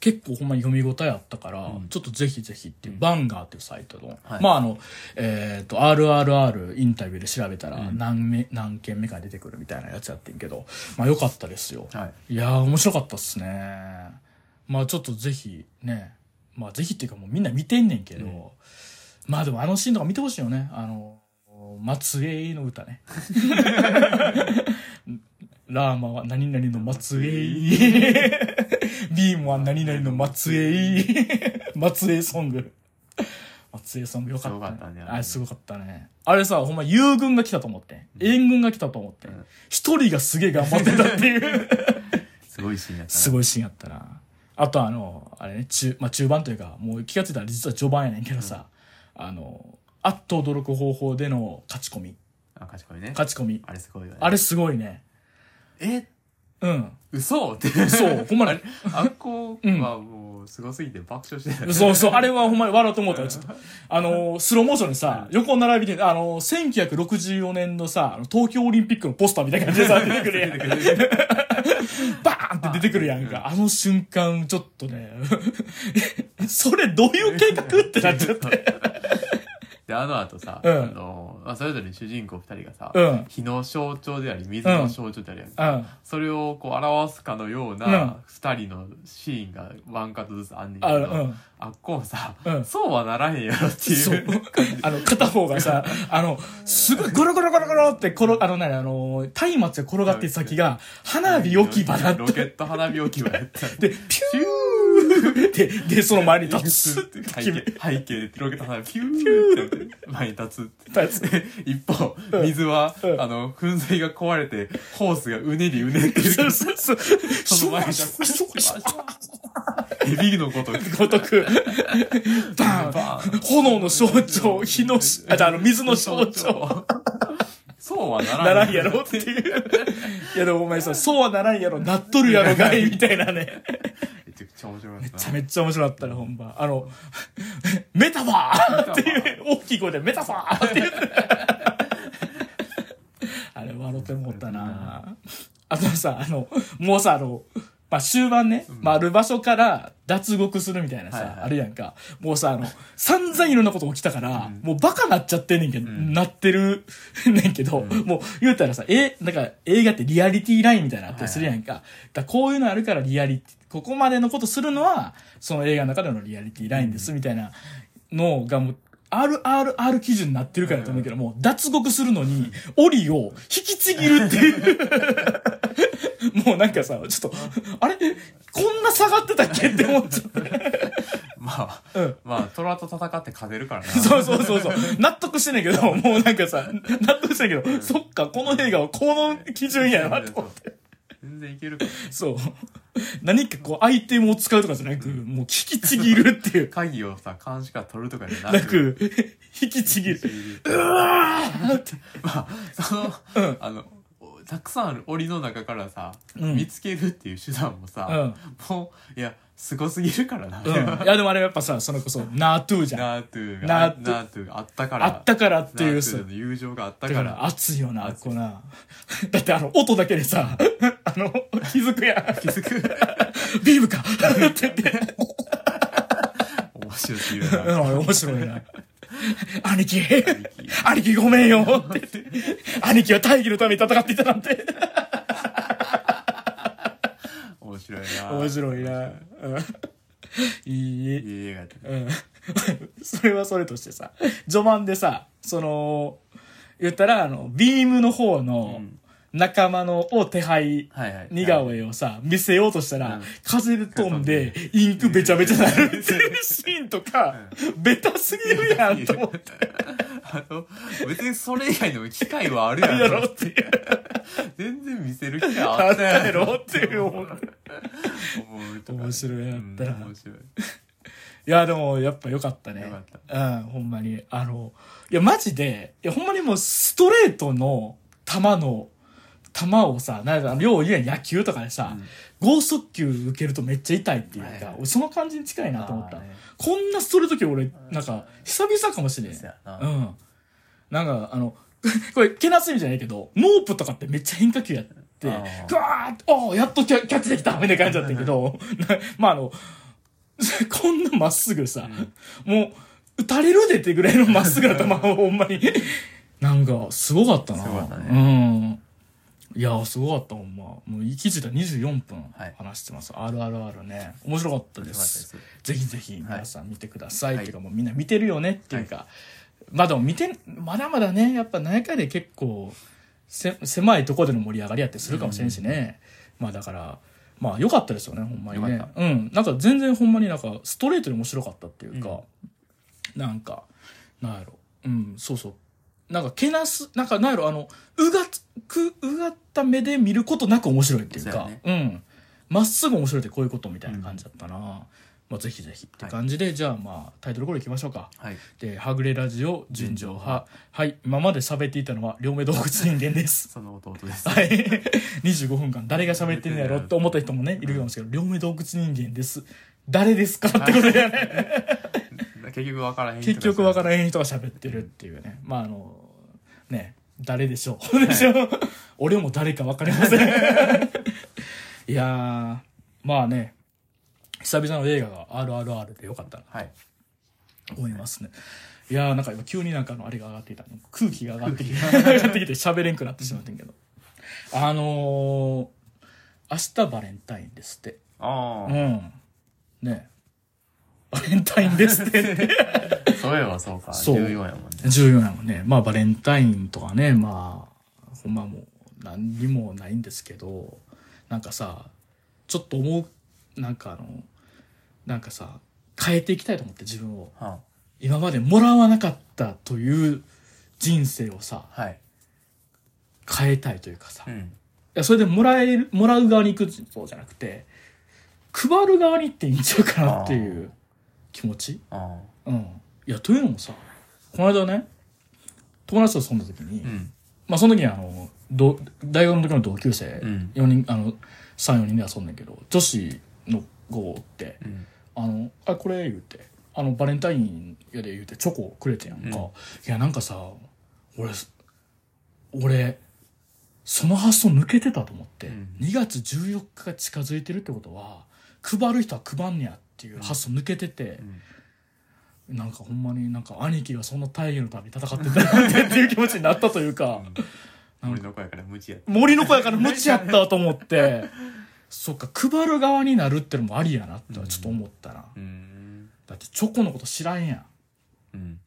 Speaker 1: 結構ほんまに読み応えあったから、ちょっとぜひぜひっていう、バンガーっていうサイトの、
Speaker 2: はい
Speaker 1: まああの、えっ、と、RRR インタビューで調べたら何目、何件目か出てくるみたいなやつやってんけど、まあ良かったですよ。
Speaker 2: はい
Speaker 1: いやー、面白かったっすね。まあちょっとぜひね、まあぜひっていうかもうみんな見てんねんけど、
Speaker 2: うん
Speaker 1: まあでもあのシーンとか見てほしいよね。あの、松江の歌 ね。ラーマは何々の 松江。ビームは何々の松江。松江ソング。松江さんもよかった,、
Speaker 2: すごかったね
Speaker 1: あれすごかったね。あれさ、ほんま友軍が来たと思って。援軍が来たと思って
Speaker 2: うん。
Speaker 1: 一、人がすげえ頑張ってたっていう。
Speaker 2: すごいシーンやった
Speaker 1: す
Speaker 2: い
Speaker 1: ごいシーンやったな。あとあの、あれね、中、まあ、中盤というか、もう気がついたら実は序盤やねんけどさ、あの、あっと驚く方法での勝ち込み。
Speaker 2: あ賢いね
Speaker 1: 勝ち込み。
Speaker 2: あれすごいよね
Speaker 1: あれすごいね。
Speaker 2: え
Speaker 1: うん。
Speaker 2: 嘘って
Speaker 1: そうほんまに
Speaker 2: あれあっこはもうすごすぎて爆笑してたよね
Speaker 1: そうそう、あれはほんまに笑うと思ったよ、ちょっと。あのー、スローモーションにさ、横並びで、あのー、1964年のさ、あの東京オリンピックのポスターみたいな感じでさ、出てくるやん。バーンって出てくるやんか。あの瞬間、ちょっとね、 それどういう計画ってなっちゃって。
Speaker 2: であの後さ、
Speaker 1: うん
Speaker 2: あのまあ、それぞれ主人公二人がさ、
Speaker 1: うん
Speaker 2: 火の象徴であり水の象徴であり、
Speaker 1: うん。
Speaker 2: それをこう表すかのよう
Speaker 1: うん
Speaker 2: な二人のシーンがワンカットずつあんねんけ
Speaker 1: あ、
Speaker 2: ど、
Speaker 1: うん。
Speaker 2: あっこもさ、
Speaker 1: うん
Speaker 2: そうはならへんやろってい
Speaker 1: そう
Speaker 2: う。
Speaker 1: あの、片方がさ、あの、すごいゴロゴロゴロゴロって転、あの、なにあの、松明が転がってる先が、花火置き場だっ
Speaker 2: ロ
Speaker 1: た。
Speaker 2: ケット花火置き場 やった。
Speaker 1: で、ピューで、で、その周りに立つって
Speaker 2: 背
Speaker 1: 決め
Speaker 2: 景背景でロケット花火ピューって前に立つって。
Speaker 1: たやつ。
Speaker 2: 一方
Speaker 1: うん
Speaker 2: 水は、
Speaker 1: うん
Speaker 2: あの粉砕が壊れてホースがうねりうねってる
Speaker 1: そうそうそう。
Speaker 2: その前に
Speaker 1: シュワシュワシュワシュワ
Speaker 2: エビのごとく
Speaker 1: ごとく、バーン
Speaker 2: バーン
Speaker 1: 炎の象徴、火のし、あ、じゃああの、水の象徴。
Speaker 2: そうはな
Speaker 1: な
Speaker 2: ら
Speaker 1: ら
Speaker 2: ん
Speaker 1: んやろっていう。いやでもお前さ、そうはならんやろ、なっとるやろがい、みたいなね。
Speaker 2: めちゃくちゃ面白かっためっ
Speaker 1: めっちゃめっちゃ面白かったね、ほんま。あの、 メタファーっていう、大きい声でメタファーって言って。あれ、笑ってもったなあとさ、あの、もうさ、あの、まあ、終盤ね、まあ、ある場所から脱獄するみたいなさ、
Speaker 2: はいはい
Speaker 1: あるやんか。もうさ、あの、散々いろんなこと起きたから、もうバカなっちゃってんねんけど、なってる ねんけど、もう言うたらさ、え、なんか映画ってリアリティラインみたいなのあったりするやんか。だからこういうのあるからリアリティ、ここまでのことするのは、その映画の中でのリアリティラインです、みたいなのがもう、RRR 基準になってるからと思うけど、もう脱獄するのに、檻を引きちぎるっていう。 もうなんかさ、ちょっと、あれこんな下がってたっけって思っちゃって。
Speaker 2: まあ、
Speaker 1: うん
Speaker 2: まあ虎と戦って勝てるから な
Speaker 1: そうそうそうそう。納得してない けど、もうなんかさ、納得してないけど、そっか、この映画はこの基準やなと思って。
Speaker 2: 全然いけるから
Speaker 1: そう。何かこう、アイテムを使うとかじゃなく、もう引きちぎるって いう。
Speaker 2: 鍵をさ監視から取るとかじゃな
Speaker 1: な
Speaker 2: く
Speaker 1: く、引きちぎる。
Speaker 2: まあその、あのおたくさんある檻の中からさ、
Speaker 1: うん
Speaker 2: 見つけるっていう手段もさ、もういやすごすぎるからな、
Speaker 1: うん。いや、でもあれやっぱさ、それこそ、ナートゥーじゃん。
Speaker 2: ナートゥー
Speaker 1: ナ
Speaker 2: が
Speaker 1: ートゥ
Speaker 2: ナートゥーがあったから
Speaker 1: あったからってい
Speaker 2: ナ
Speaker 1: う
Speaker 2: ート
Speaker 1: さ
Speaker 2: ゥー。の友情があった
Speaker 1: だ
Speaker 2: か
Speaker 1: から
Speaker 2: ら
Speaker 1: 熱いよな、あっこな。だってあの、音だけでさ、あの、気づく やん。
Speaker 2: 気づく
Speaker 1: ビームかって言って。
Speaker 2: 面白すぎる
Speaker 1: う、
Speaker 2: なん
Speaker 1: 面白いな。兄貴、兄貴ごめんよって言って、兄貴は大義のために戦っていたなんて。
Speaker 2: 面白いな
Speaker 1: 面白いな。うんいい
Speaker 2: いい映画やったね
Speaker 1: うんそれはそれとしてさ序盤でさその言ったらあのビームの方の
Speaker 2: うん
Speaker 1: 仲間のを手配
Speaker 2: はいはい
Speaker 1: 似顔絵をさ見せようとしたら、
Speaker 2: うん
Speaker 1: 風で飛んでインクべちゃべちゃなるっていうシーンとか、ベタすぎるやんと思って
Speaker 2: あの別にそれ以外の機会はあるや
Speaker 1: や
Speaker 2: ろ
Speaker 1: ろっていう
Speaker 2: 全然見せる機会あ
Speaker 1: あっ
Speaker 2: っ
Speaker 1: たた
Speaker 2: や
Speaker 1: や
Speaker 2: ろ
Speaker 1: ろっていう思う
Speaker 2: 思うとか
Speaker 1: 面白いやったら
Speaker 2: うん面白い
Speaker 1: いや、でも、やっぱ良かったね。
Speaker 2: 良かっ
Speaker 1: うん、ほんまに。あの、いや、マジで、いや、ほんまにもう、ストレートの球の、球をさ、なんか、よう言うやん野球とかでさ、剛速球受けるとめっちゃ痛いっていう
Speaker 2: はい
Speaker 1: か
Speaker 2: は、い
Speaker 1: 俺その感じに近いなと思った。
Speaker 2: あーね
Speaker 1: こんなストレート球俺、なんか、久々かもしれん。
Speaker 2: そうやな
Speaker 1: うん。なんか、あの、 これ、けなす意味じゃないけど、ノープとかってめっちゃ変化球やって、
Speaker 2: あ
Speaker 1: ぐ
Speaker 2: ー
Speaker 1: わーって、おーやっとキャキャッチできたみたいな感じだったけ ど、なまああの、 こんなまっすぐさ、もう、打たれるでってぐらいのまっすぐな球をほんま に、なんか、すごかったな。
Speaker 2: すごかった
Speaker 1: うん。いやー、すごかった、ほんま。もう、息づいたら24分
Speaker 2: はい
Speaker 1: 話してます。RRR ね。面白かったで
Speaker 2: 面白かったです
Speaker 1: す。ぜひぜひ、皆さん見てください。
Speaker 2: はい
Speaker 1: っていうか、もうみんな見てるよねっていうか、まあでも見て、まだまだね、やっぱ何回で結構、せ狭いところでの盛り上がりやってするかもしれんしね、まあだからまあ良かったですよねほんまにね
Speaker 2: 良かっ
Speaker 1: うんなんか全然ほんまになんかストレートに面白かったっていうか、なんか、なんやろ。うん、そうそう。なんか、けなす、なんか、なんやろ、あの、うがつく、うがった目で見ることなく面白いっていう
Speaker 2: そう
Speaker 1: か、
Speaker 2: やね
Speaker 1: うん。まっすぐ面白いってこういうことみたいな感じだったな。まあ、ぜひぜひって感じで、じゃあ、まあ、タイトルコールいきましょうか。
Speaker 2: はい。
Speaker 1: で、はぐれラジオ、純情派。はい、今まで喋っていたのは、両目洞窟人間 です。
Speaker 2: その弟です。
Speaker 1: はい。25分間、誰が喋ってんのやろって思った人もね、いるかもしれないけど、両目洞窟人間です。誰ですかってことだよね。
Speaker 2: 結局わからへん人が。
Speaker 1: 結局わから
Speaker 2: ん。
Speaker 1: へん人が喋ってるっていうね。まあ、あの、ね、誰でしょう。で しょう。俺も誰かわかりません。 いやー、まあね、久々の映画が RRR でよかったな
Speaker 2: はい。
Speaker 1: と思いますね。いやー、なんか今急になんかあの、あれが上がっていたね。空気が上がってき て、上がってきて喋れんくなってしまってんけど。あのー、明日バレンタインですって。
Speaker 2: あ
Speaker 1: う
Speaker 2: あ、
Speaker 1: ん。ねバレンタインですって。
Speaker 2: そういえばそうか。
Speaker 1: そう
Speaker 2: 14やもんね。
Speaker 1: 重要なのね。まあ、バレンタインとかね、まあ、ほんまもう、何にもないんですけど、なんかさ、ちょっと思う、なんかあの、なんかさ、変えていきたいと思って自分を。
Speaker 2: は
Speaker 1: 今までもらわなかったという人生をさ、
Speaker 2: あはい。
Speaker 1: 変えたいというかさ、
Speaker 2: う
Speaker 1: い
Speaker 2: ん。
Speaker 1: やそれでもらえる、もらう側に行くそうじゃなくて、配る側に行っていいんちゃうかなっていう気持ち
Speaker 2: あ
Speaker 1: うん。いや、というのもさ、この間ね、友達と遊んだ時に、
Speaker 2: あ。うん。
Speaker 1: まあその時にあの、ど大学の時の同級生、
Speaker 2: うん
Speaker 1: 四人、あの、3、4人で遊んだけど、女子の子おって、
Speaker 2: うん。
Speaker 1: あの、あ、これ言うて、あの、バレンタインやで言うてチョコくれてやんか。
Speaker 2: うん
Speaker 1: いや、なんかさ、俺、俺、その発想抜けてたと思って、
Speaker 2: うん
Speaker 1: 2月14日が近づいてるってことは、配る人は配んねやっていう発想抜けてて
Speaker 2: う、ん
Speaker 1: なんかほんまになんか兄貴がそんな大義のために戦ってたなんてっていう気持ちになったというか、
Speaker 2: 俺の子やから無知や。
Speaker 1: 森の子やから無知やったと思って、そっか、配る側になるってのもありやなってちょっと思ったな。
Speaker 2: うん。
Speaker 1: だってチョコのこと知らんやん。
Speaker 2: うん。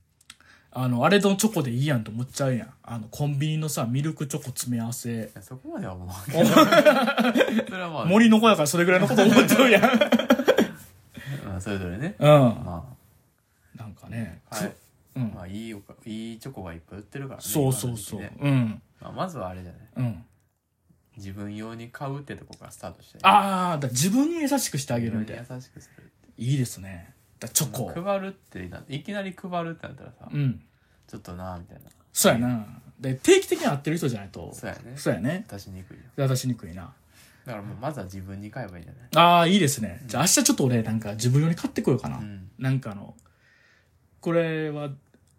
Speaker 1: あの、あれのチョコでいいやんと思っちゃうやん。あの、コンビニのさ、ミルクチョコ詰め合わせ
Speaker 2: い。やそこまでは思わんけ
Speaker 1: お
Speaker 2: ど。それはまあ、
Speaker 1: 森の子やからそれぐらいのこと思っちゃう やん。
Speaker 2: うんそれぞれね。
Speaker 1: うん。
Speaker 2: ま
Speaker 1: なんかね。
Speaker 2: あ、はい。
Speaker 1: くうん。
Speaker 2: まあ、いいおか、いいチョコがいっぱい売ってるからね。
Speaker 1: そうそうそう。
Speaker 2: 今の時期
Speaker 1: う
Speaker 2: ね
Speaker 1: ん。
Speaker 2: まあ、まずはあれじゃない。
Speaker 1: うん。
Speaker 2: 自分用に買うってとこからスタートして。
Speaker 1: ああ、だ自分に優しくしてあげ
Speaker 2: 自
Speaker 1: るみ
Speaker 2: 分に
Speaker 1: たいな。
Speaker 2: 優しくする。
Speaker 1: いいですね。だチョコ。
Speaker 2: 配るってな、いきなり配るってなったらさ、
Speaker 1: うん。
Speaker 2: ちょっとなみたいな。
Speaker 1: そうやな。で、定期的に会ってる人じゃないと。
Speaker 2: そうやね。
Speaker 1: そうやね。
Speaker 2: 出しにくいよ。
Speaker 1: 出しにくいな。
Speaker 2: だからもうまずは自分に買えばいいんじゃない
Speaker 1: ああ、いいですね。じゃあ明日ちょっと俺、なんか自分用に買ってこようかな。
Speaker 2: うん。
Speaker 1: なんかあの、これは、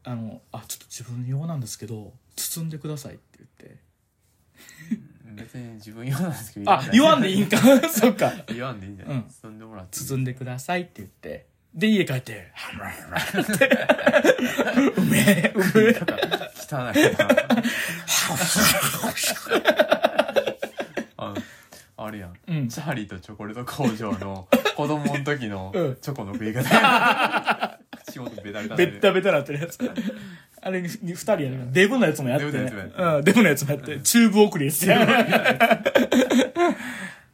Speaker 1: あの、あ、ちょっと自分用なんですけど、包んでくださいって言って。
Speaker 2: 別に自分用なんですけど。
Speaker 1: あ、言わんでいい
Speaker 2: い。
Speaker 1: んか。そっか。
Speaker 2: 言わんでいいんじゃない、
Speaker 1: うん
Speaker 2: 包んでもらって。
Speaker 1: 包んでくださいって言って。で、家帰って、 うめえ、うめえ。
Speaker 2: なんか汚い な。 あのあれやん。
Speaker 1: うん。
Speaker 2: チャーリーとチョコレート工場の子供の時の
Speaker 1: うん
Speaker 2: チョコの食い方。口元ベタベタ
Speaker 1: べ
Speaker 2: で
Speaker 1: ったべたなってるやつ。あれに、に二人やる。デブのやつもやって、ね。
Speaker 2: デブのやつもやって
Speaker 1: うん、デブのやつもやって。チューブ送りですよ。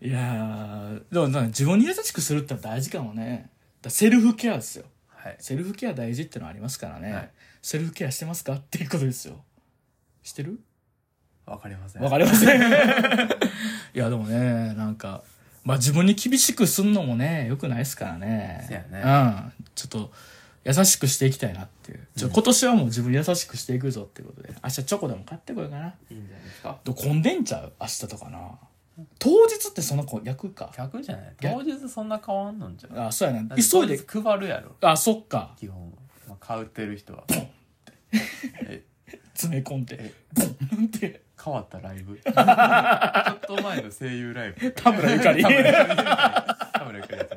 Speaker 1: いやー、でもなんか自分に優しくするってのは大事かもね。だセルフケアですよ。
Speaker 2: はい。
Speaker 1: セルフケア大事ってのありますからね。
Speaker 2: はい
Speaker 1: セルフケアしてますかっていうことですよ。してる
Speaker 2: わかりません。
Speaker 1: わかりま せん。いや、でもね、なんか、まあ自分に厳しくすんのもね、良くないですからね。
Speaker 2: そうやね
Speaker 1: うん。ちょっと、優しくしていきたいなっていう。ちょ今年はもう自分優しくしていくぞっていうことで、明日チョコでも買ってこようかな。
Speaker 2: いいんじゃないですか。
Speaker 1: で混んでんちゃう明日とかな。当日ってそんな子焼くか。
Speaker 2: 逆じゃない当日そんな変わんのんじゃない
Speaker 1: あ、そうやな。急いで。
Speaker 2: 当日配るやろ。
Speaker 1: あ、そっか。
Speaker 2: 基本は。まあ、買うてる人は。え
Speaker 1: 詰め込んで
Speaker 2: え。
Speaker 1: ボンって。
Speaker 2: 変わったライブちょっと前の声優ライブ
Speaker 1: 田村ゆかり
Speaker 2: 田村ゆかり田村ゆかりやったね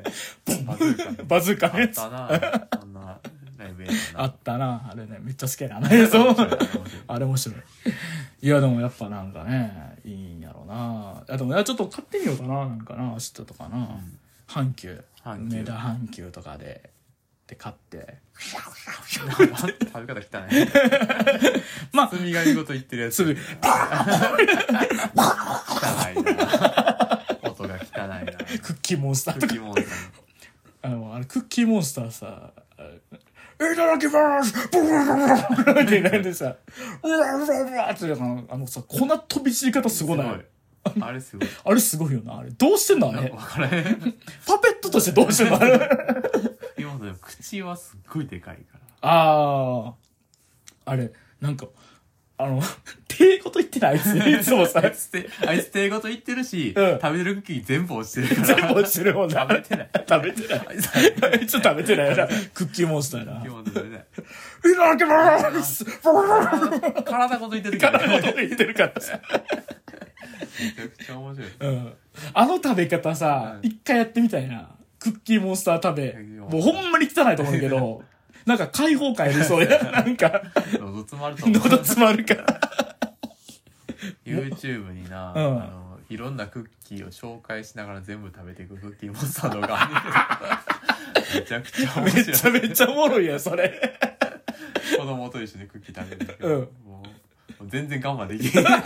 Speaker 2: バズーカ
Speaker 1: バズーカの
Speaker 2: あ
Speaker 1: や
Speaker 2: っ
Speaker 1: つ
Speaker 2: たなあんなライブやったな
Speaker 1: あったな。あれね、めっちゃ好きやな。あの映像。 あれ面白い。いや、でもやっぱなんかね、いいんやろな。いや、でもいやちょっと買ってみようかな、なんかな、明日とかな。阪急。
Speaker 2: 阪急
Speaker 1: 梅田阪急とかで、で買って。
Speaker 2: 食べ方汚い
Speaker 1: まあ
Speaker 2: 包み紙ごと言ってるやつ
Speaker 1: すぐ、
Speaker 2: 汚いな音が汚いな
Speaker 1: クッキーモンスターと
Speaker 2: ク
Speaker 1: か。
Speaker 2: キモンさん
Speaker 1: あの、あれ、クッキーモンスターさ、あいただきますブルルルルルってなんでさ、うわうわうわって、あのさ、粉飛び散り方すごない。
Speaker 2: すごいあれすごい
Speaker 1: あれすごいよな。あれ、どうしてんのあ
Speaker 2: なん
Speaker 1: れ
Speaker 2: か。分からへん
Speaker 1: パペットとしてどうしてんのあれ。
Speaker 2: 今のでも口はすっごいでかいから
Speaker 1: ああ。あれ、なんか、あの、てえこと言ってないあいつ。いつもさ
Speaker 2: あ、いつってあいつ手ごと言ってるし、
Speaker 1: うん
Speaker 2: 食べてるクッキー全部落ちてるから
Speaker 1: 全部落ちてるもんな
Speaker 2: 食。べてない
Speaker 1: 食べてない。
Speaker 2: あいつ食べて
Speaker 1: あいつ食べてないな。クッキーモンスターな。
Speaker 2: ない
Speaker 1: い
Speaker 2: 今ので食 べてない
Speaker 1: ただきますブルルルルル
Speaker 2: 体ごと言ってる
Speaker 1: か
Speaker 2: からら
Speaker 1: のこと言ってるからさ。
Speaker 2: めちゃくちゃ面白い
Speaker 1: うんあの食べ方さ、
Speaker 2: うん
Speaker 1: 一回やってみたいな。クッキーモンスター食べ
Speaker 2: キー。モ
Speaker 1: もう
Speaker 2: ンスター
Speaker 1: ほんまに汚いと思うけど、なんか開放感やりそうや。なんか、
Speaker 2: 喉詰まると思う
Speaker 1: 喉詰まるから。
Speaker 2: YouTube にな、
Speaker 1: うん
Speaker 2: あのいろんなクッキーを紹介しながら全部食べていくクッキーモンスターの動画あるけどめちゃくちゃ面
Speaker 1: め
Speaker 2: 白い
Speaker 1: ちゃめちゃおもろいやん、それ。
Speaker 2: 子供と一緒にクッキー食べてるけど、
Speaker 1: うん
Speaker 2: もうもう全然我慢できない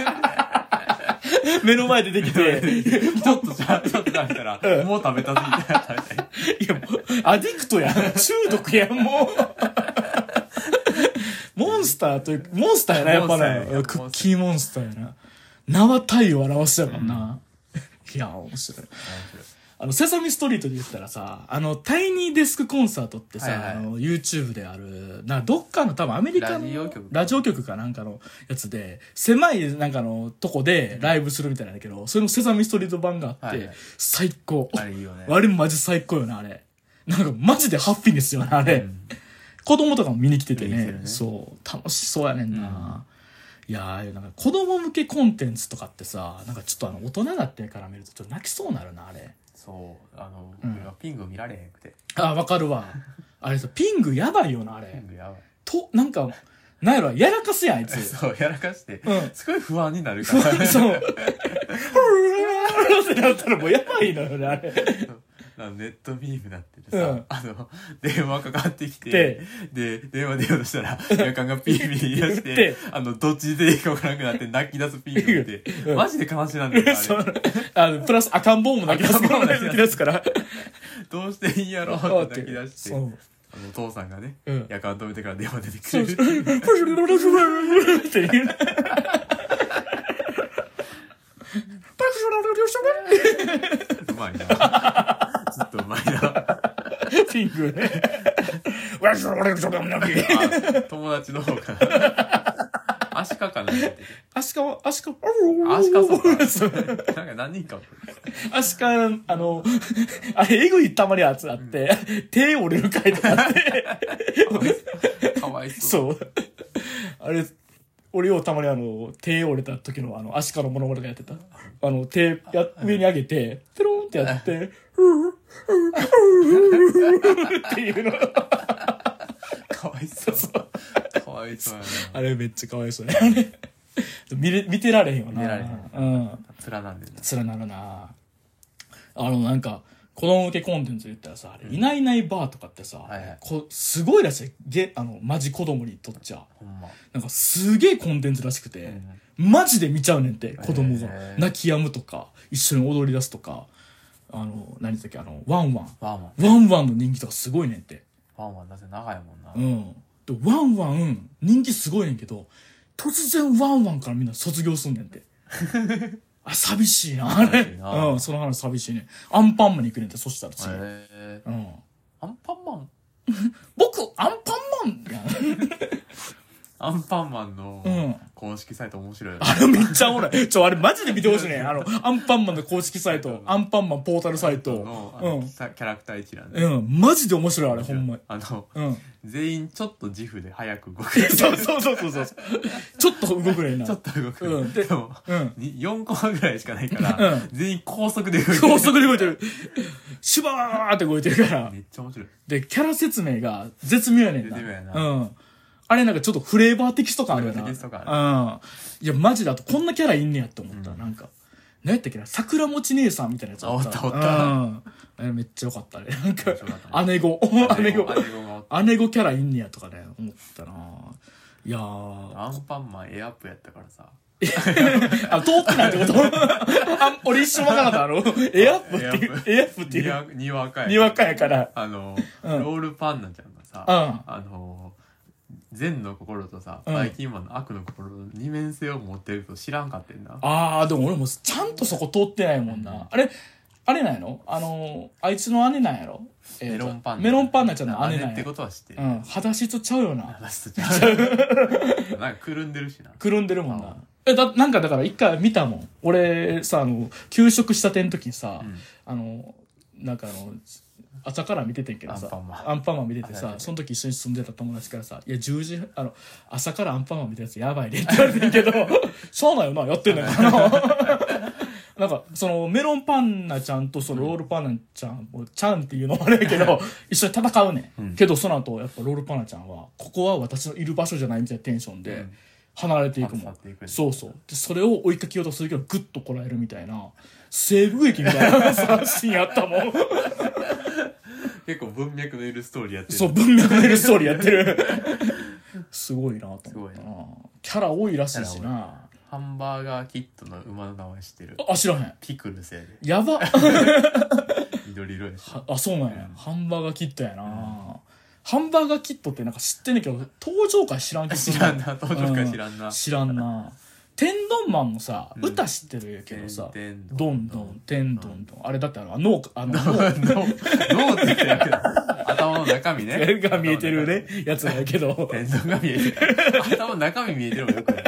Speaker 1: 目の前でできて。
Speaker 2: ちょっとじゃちょっと食べたら、
Speaker 1: うん
Speaker 2: もう食べたぜみたいな食べたい
Speaker 1: いや、もうアディクトやん。中毒やん、もう。モンスターという、モンスターやな、やっぱ
Speaker 2: モンスター
Speaker 1: な。
Speaker 2: や
Speaker 1: クッキーモンスターやな。名は体を表してたからな。いや、面白い。あの、セサミストリートで言ったらさ、あの、タイニーデスクコンサートってさ、
Speaker 2: はいはい
Speaker 1: あの、YouTube である、な、どっかの多分アメリカの
Speaker 2: ラジオ局
Speaker 1: ラジオ局かなんかのやつで、狭いなんかのとこでライブするみたいなんだけど、それのセサミストリート版があって、
Speaker 2: はいはい
Speaker 1: 最高。
Speaker 2: あれいいよね
Speaker 1: あれマジ最高よな、あれ。なんかマジでハッピーですよな、あれ。
Speaker 2: ん
Speaker 1: 子供とかも見に来てて
Speaker 2: 見に来
Speaker 1: ね
Speaker 2: てるね
Speaker 1: そう、楽しそうやねんな。いやーああいうなんか子供向けコンテンツとかってさ、なんかちょっとあの大人だってから見るとちょっと泣きそうになるな、あれ。
Speaker 2: そうあの、
Speaker 1: うん
Speaker 2: 俺はピング見られへんくて
Speaker 1: あ、わかるわ。あれさ、ピングやばいよな、あ
Speaker 2: ピ
Speaker 1: れ
Speaker 2: ン。グやばい
Speaker 1: と、なんか、なんやろ、やらかすやん、あいつ。
Speaker 2: そうやらかして、
Speaker 1: うん
Speaker 2: すごい不安になるか
Speaker 1: そう。
Speaker 2: ら
Speaker 1: ふわーってなったらもうやばいのよね、あれ。
Speaker 2: あのネットミームなっててさ、
Speaker 1: うん
Speaker 2: あの、電話かかってきて
Speaker 1: で、
Speaker 2: で、電話出ようとしたら、夜間がピーピー言い出し
Speaker 1: 言って
Speaker 2: て、あの、どっちで行こうかなくなって泣き出すピーピーって
Speaker 1: う、ん
Speaker 2: マジで悲しいなんだよな、
Speaker 1: そ
Speaker 2: あれ。
Speaker 1: うあの、プラス赤ん坊も泣き出すから、
Speaker 2: 赤ん坊も泣
Speaker 1: 泣
Speaker 2: き
Speaker 1: き
Speaker 2: 出
Speaker 1: 出すから。
Speaker 2: どうしていいんやろ
Speaker 1: あー
Speaker 2: う
Speaker 1: っ
Speaker 2: って泣き出して、
Speaker 1: そ
Speaker 2: あの、
Speaker 1: う。
Speaker 2: お父さんがね、
Speaker 1: うん
Speaker 2: 夜間止めてから電話出てく
Speaker 1: そう
Speaker 2: れ
Speaker 1: そう
Speaker 2: る。
Speaker 1: っていう。
Speaker 2: うまいな。ずっとうまい な。
Speaker 1: ピンクね。
Speaker 2: あ友達の方かな。アシカかな
Speaker 1: アシカは、アシカ、
Speaker 2: アシカそ
Speaker 1: そうう
Speaker 2: か。なんか何人かおる。
Speaker 1: アシカ、あの、あれ、えぐいたまりあつあって、手折れる回とかあって、
Speaker 2: かわいそう。
Speaker 1: そう。あれ、俺をたまにあの、手折れた時のあの、アシカのモノマネがやってた。あの、手や、上に上げて、ペロンってやって、ふうふうふうふうっていうの。
Speaker 2: かわいそう。かわいそうやな。
Speaker 1: あれめっちゃかわいそうね。あれ 見れ、見てられへんよな。
Speaker 2: 見てられへ
Speaker 1: う
Speaker 2: ん
Speaker 1: ん。
Speaker 2: 面なんでな。
Speaker 1: 連なるなあのなんか子供向けコンテンツで言ったらさ、あれいないいないバーとかってさ、
Speaker 2: はいはい
Speaker 1: こすごいらしいげあのマジ子供にとっちゃ
Speaker 2: ほんま。
Speaker 1: なんかすげえコンテンツらしくて、マジで見ちゃうねんって子供が
Speaker 2: へー
Speaker 1: 泣き止むとか一緒に踊り出すとかあの何だったっけあのワンワン
Speaker 2: ワンワン。
Speaker 1: ワンワンの人気とかすごいねんって
Speaker 2: ワンワンだって長いもんな。
Speaker 1: うんでワンワン人気すごいねんけど突然ワンワンからみんな卒業すんねんって あ寂しいなあれ
Speaker 2: 寂しいな
Speaker 1: うんその話寂しいねアンパンマンに行くねんってそしたら次、
Speaker 2: へー
Speaker 1: うん、
Speaker 2: アンパンマン
Speaker 1: 僕アンパンマンやん
Speaker 2: アンパンマンの
Speaker 1: うん
Speaker 2: 公式サイト面白いよね
Speaker 1: あれめっちゃおもろいちょあれマジで見てほしいねんあのアンパンマンの公式サイトアンパンマンポータルサイ
Speaker 2: あ
Speaker 1: ト
Speaker 2: のあの
Speaker 1: うん
Speaker 2: さキャラクター一覧で。
Speaker 1: うんマジで面白いあれほんまに
Speaker 2: あの、
Speaker 1: うん
Speaker 2: 全員ちょっと自負で早く動く。
Speaker 1: そうそうそうそうそうちょっと動くねんな
Speaker 2: ちょっと動く。
Speaker 1: うん
Speaker 2: で
Speaker 1: で
Speaker 2: も、
Speaker 1: うん
Speaker 2: に4コマぐらいしかないから、
Speaker 1: うん
Speaker 2: 全員高速で動く。
Speaker 1: 高速で動いてるシュバーって動いてるから
Speaker 2: めっちゃ面白い。
Speaker 1: で、キャラ説明が絶妙やねんな。
Speaker 2: 絶妙やな
Speaker 1: うん。あれなんかちょっとフレーバーテキスト感あるよな。
Speaker 2: フレーバーテキスト感
Speaker 1: うん。いや、マジだとこんなキャラいんねやって思った。なんか、何やったっけな、桜餅姉さんみたいなやつ
Speaker 2: あおったおった
Speaker 1: うん。あれめっちゃよかったね。なんか
Speaker 2: 面白かった、
Speaker 1: 姉子。姉子。
Speaker 2: アネゴがおった
Speaker 1: 姉子キャラいんねやとかね、思ったないやー、
Speaker 2: アンパンマンエアップやったからさ。
Speaker 1: あ、通ってないってこと あ、俺一瞬わからんかった。あの、エアップっていう、エアップってい
Speaker 2: に
Speaker 1: う、
Speaker 2: わにわかや。
Speaker 1: にわかやから。
Speaker 2: あの、
Speaker 1: うん
Speaker 2: ロールパンナちゃんがさ、
Speaker 1: う
Speaker 2: あの善の心とさ、
Speaker 1: うん
Speaker 2: バイキンマンの悪の心の二面性を持ってると知らんかってんな。
Speaker 1: ああ、でも俺もちゃんとそこ通ってないもんな。
Speaker 2: うん
Speaker 1: あれ、あれなんやろあのー、あいつの姉なんやろ、えー
Speaker 2: メロンパンナ。
Speaker 1: メロンパンナちゃんの姉
Speaker 2: 姉
Speaker 1: なん
Speaker 2: って
Speaker 1: や
Speaker 2: こ。とは知ってる
Speaker 1: う。ん、肌質ちゃうよな。
Speaker 2: 話すとちゃうなんかくるんでるしな。
Speaker 1: くるんでるもん
Speaker 2: あ
Speaker 1: な。え、だ、なんかだから一回見たもん。俺さ、あの、給食したてん時にさ、
Speaker 2: うん
Speaker 1: あの、なんかあの、朝から見ててんけどさ
Speaker 2: アンパンマン
Speaker 1: 見てて
Speaker 2: はいはい
Speaker 1: さ
Speaker 2: はい
Speaker 1: その時一緒に住んでた友達からさ「いや10時あの朝からアンパンマン見たやつやばいね」って言われてん けどしゃあないよなやってんのよななんかそのメロンパンナちゃんとそのロールパンナちゃんをちゃんっていうのもあれやけど一緒に戦うね、
Speaker 2: うん
Speaker 1: ん、けどその後やっぱロールパンナちゃんはここは私のいる場所じゃないみたいなテンションで、
Speaker 2: うん
Speaker 1: 離れていくも
Speaker 2: 離
Speaker 1: ん
Speaker 2: れていくね
Speaker 1: そうそうでそれを追いかけようとするけどグッとこらえるみたいな西部劇みたいなさシーンやった もん
Speaker 2: 結構文脈のいるストーリーやってる。
Speaker 1: そう文脈のいるストーリーやって るすごいなと
Speaker 2: す
Speaker 1: 思
Speaker 2: ご
Speaker 1: っ
Speaker 2: い
Speaker 1: た
Speaker 2: な
Speaker 1: なキャラ多いらしいしな
Speaker 2: ハンバーガーキットの馬の名前知ってる。
Speaker 1: ああ知らへん
Speaker 2: ピクルスやで。
Speaker 1: や ば
Speaker 2: 緑色やし。
Speaker 1: あそうなんや、
Speaker 2: うん
Speaker 1: ハンバーガーキットやな、ハンバーガーキットってなんか知ってんねんけど登場回知らんけど
Speaker 2: 知らんな、登場か知らんな。
Speaker 1: 知らんな天丼マンもさ、
Speaker 2: うん
Speaker 1: 歌知ってるけどさ
Speaker 2: てんて
Speaker 1: ど
Speaker 2: んど
Speaker 1: ん
Speaker 2: ん
Speaker 1: どん、てんどんどん。あれだってあの、脳か、あの、
Speaker 2: 脳
Speaker 1: 脳
Speaker 2: 脳って言ってるけど、頭の 中身ね。
Speaker 1: が見えてるね、やつだけど。
Speaker 2: 天丼が見えてる。頭の中身見えてるもよくない。